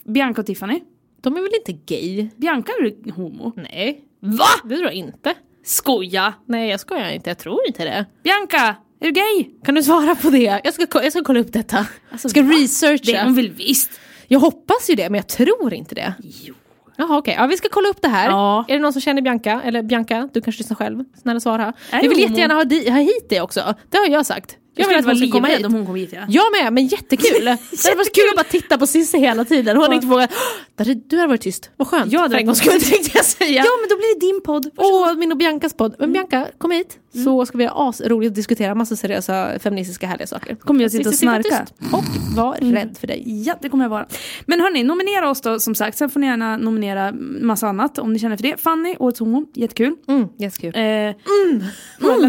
[SPEAKER 1] Bianca och Tiffany.
[SPEAKER 2] De är väl inte gay?
[SPEAKER 1] Bianca är homo.
[SPEAKER 2] Nej,
[SPEAKER 1] Va?
[SPEAKER 2] det tror jag inte.
[SPEAKER 1] Skoja!
[SPEAKER 2] Nej jag skojar inte, jag tror inte det.
[SPEAKER 1] Bianca, är du gay?
[SPEAKER 2] Kan du svara på det? Jag ska, ko- jag ska kolla upp detta.
[SPEAKER 1] Alltså,
[SPEAKER 2] ska
[SPEAKER 1] va?
[SPEAKER 2] researcha.
[SPEAKER 1] Det är hon väl visst?
[SPEAKER 2] Jag hoppas ju det, men jag tror inte det. Jo. Jaha okej, ja, vi ska kolla upp det här.
[SPEAKER 1] Ja.
[SPEAKER 2] Är det någon som känner Bianca? Eller Bianca, du kanske lyssnar själv. Snälla svara.
[SPEAKER 1] Är
[SPEAKER 2] jag vill
[SPEAKER 1] hon-
[SPEAKER 2] jättegärna ha, di- ha hit dig också. Det har jag sagt. Jag vill att hon ska komma hit.
[SPEAKER 1] om hon kom hit ja.
[SPEAKER 2] Jag med, men jättekul! det hade varit kul att bara titta på Cissi hela tiden. Hon hade inte vågat... Där är- Du hade varit tyst, vad skönt.
[SPEAKER 1] Jag hade
[SPEAKER 2] för en
[SPEAKER 1] varit-
[SPEAKER 2] gångs skull tänkte jag säga.
[SPEAKER 1] Ja men Mm. då blir det din podd.
[SPEAKER 2] Åh, min och Biancas podd. Men Bianca, kom hit så ska vi ha asroligt diskutera massa seriösa feministiska härliga saker.
[SPEAKER 1] Kommer jag sitta och
[SPEAKER 2] Cissi, sitta
[SPEAKER 1] snarka? Mm.
[SPEAKER 2] tyst Och var rädd för dig.
[SPEAKER 1] Ja, det kommer jag vara. Men hörni, nominera oss då som sagt. Sen får ni gärna nominera massa annat om ni känner för det. Fanny, Årets Homo, jättekul.
[SPEAKER 2] Mm, jättekul.
[SPEAKER 1] Eh,
[SPEAKER 2] Mm,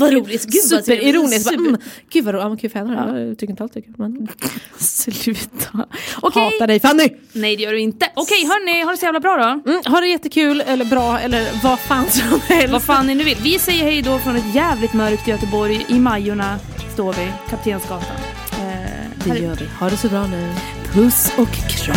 [SPEAKER 1] vad
[SPEAKER 2] roligt!
[SPEAKER 1] Gud, vad
[SPEAKER 2] Superironiskt!
[SPEAKER 1] trevligt.
[SPEAKER 2] Super. Mm. Gud vad roligt, ja, men kul för henne. Jag tycker inte alls det är kul. Men...
[SPEAKER 1] Sluta. Okej.
[SPEAKER 2] Hatar dig Fanny!
[SPEAKER 1] Nej det gör du inte. Okej hörni, ha det så jävla bra då.
[SPEAKER 2] Mm, ha det jättekul, eller bra, eller vad fan som helst.
[SPEAKER 1] Vad fan ni nu vill. Vi säger hej då från ett jävligt mörkt Göteborg. I Majorna står vi, Kaptensgatan. Eh,
[SPEAKER 2] Det gör vi. Ha det så bra nu.
[SPEAKER 3] Puss och kram.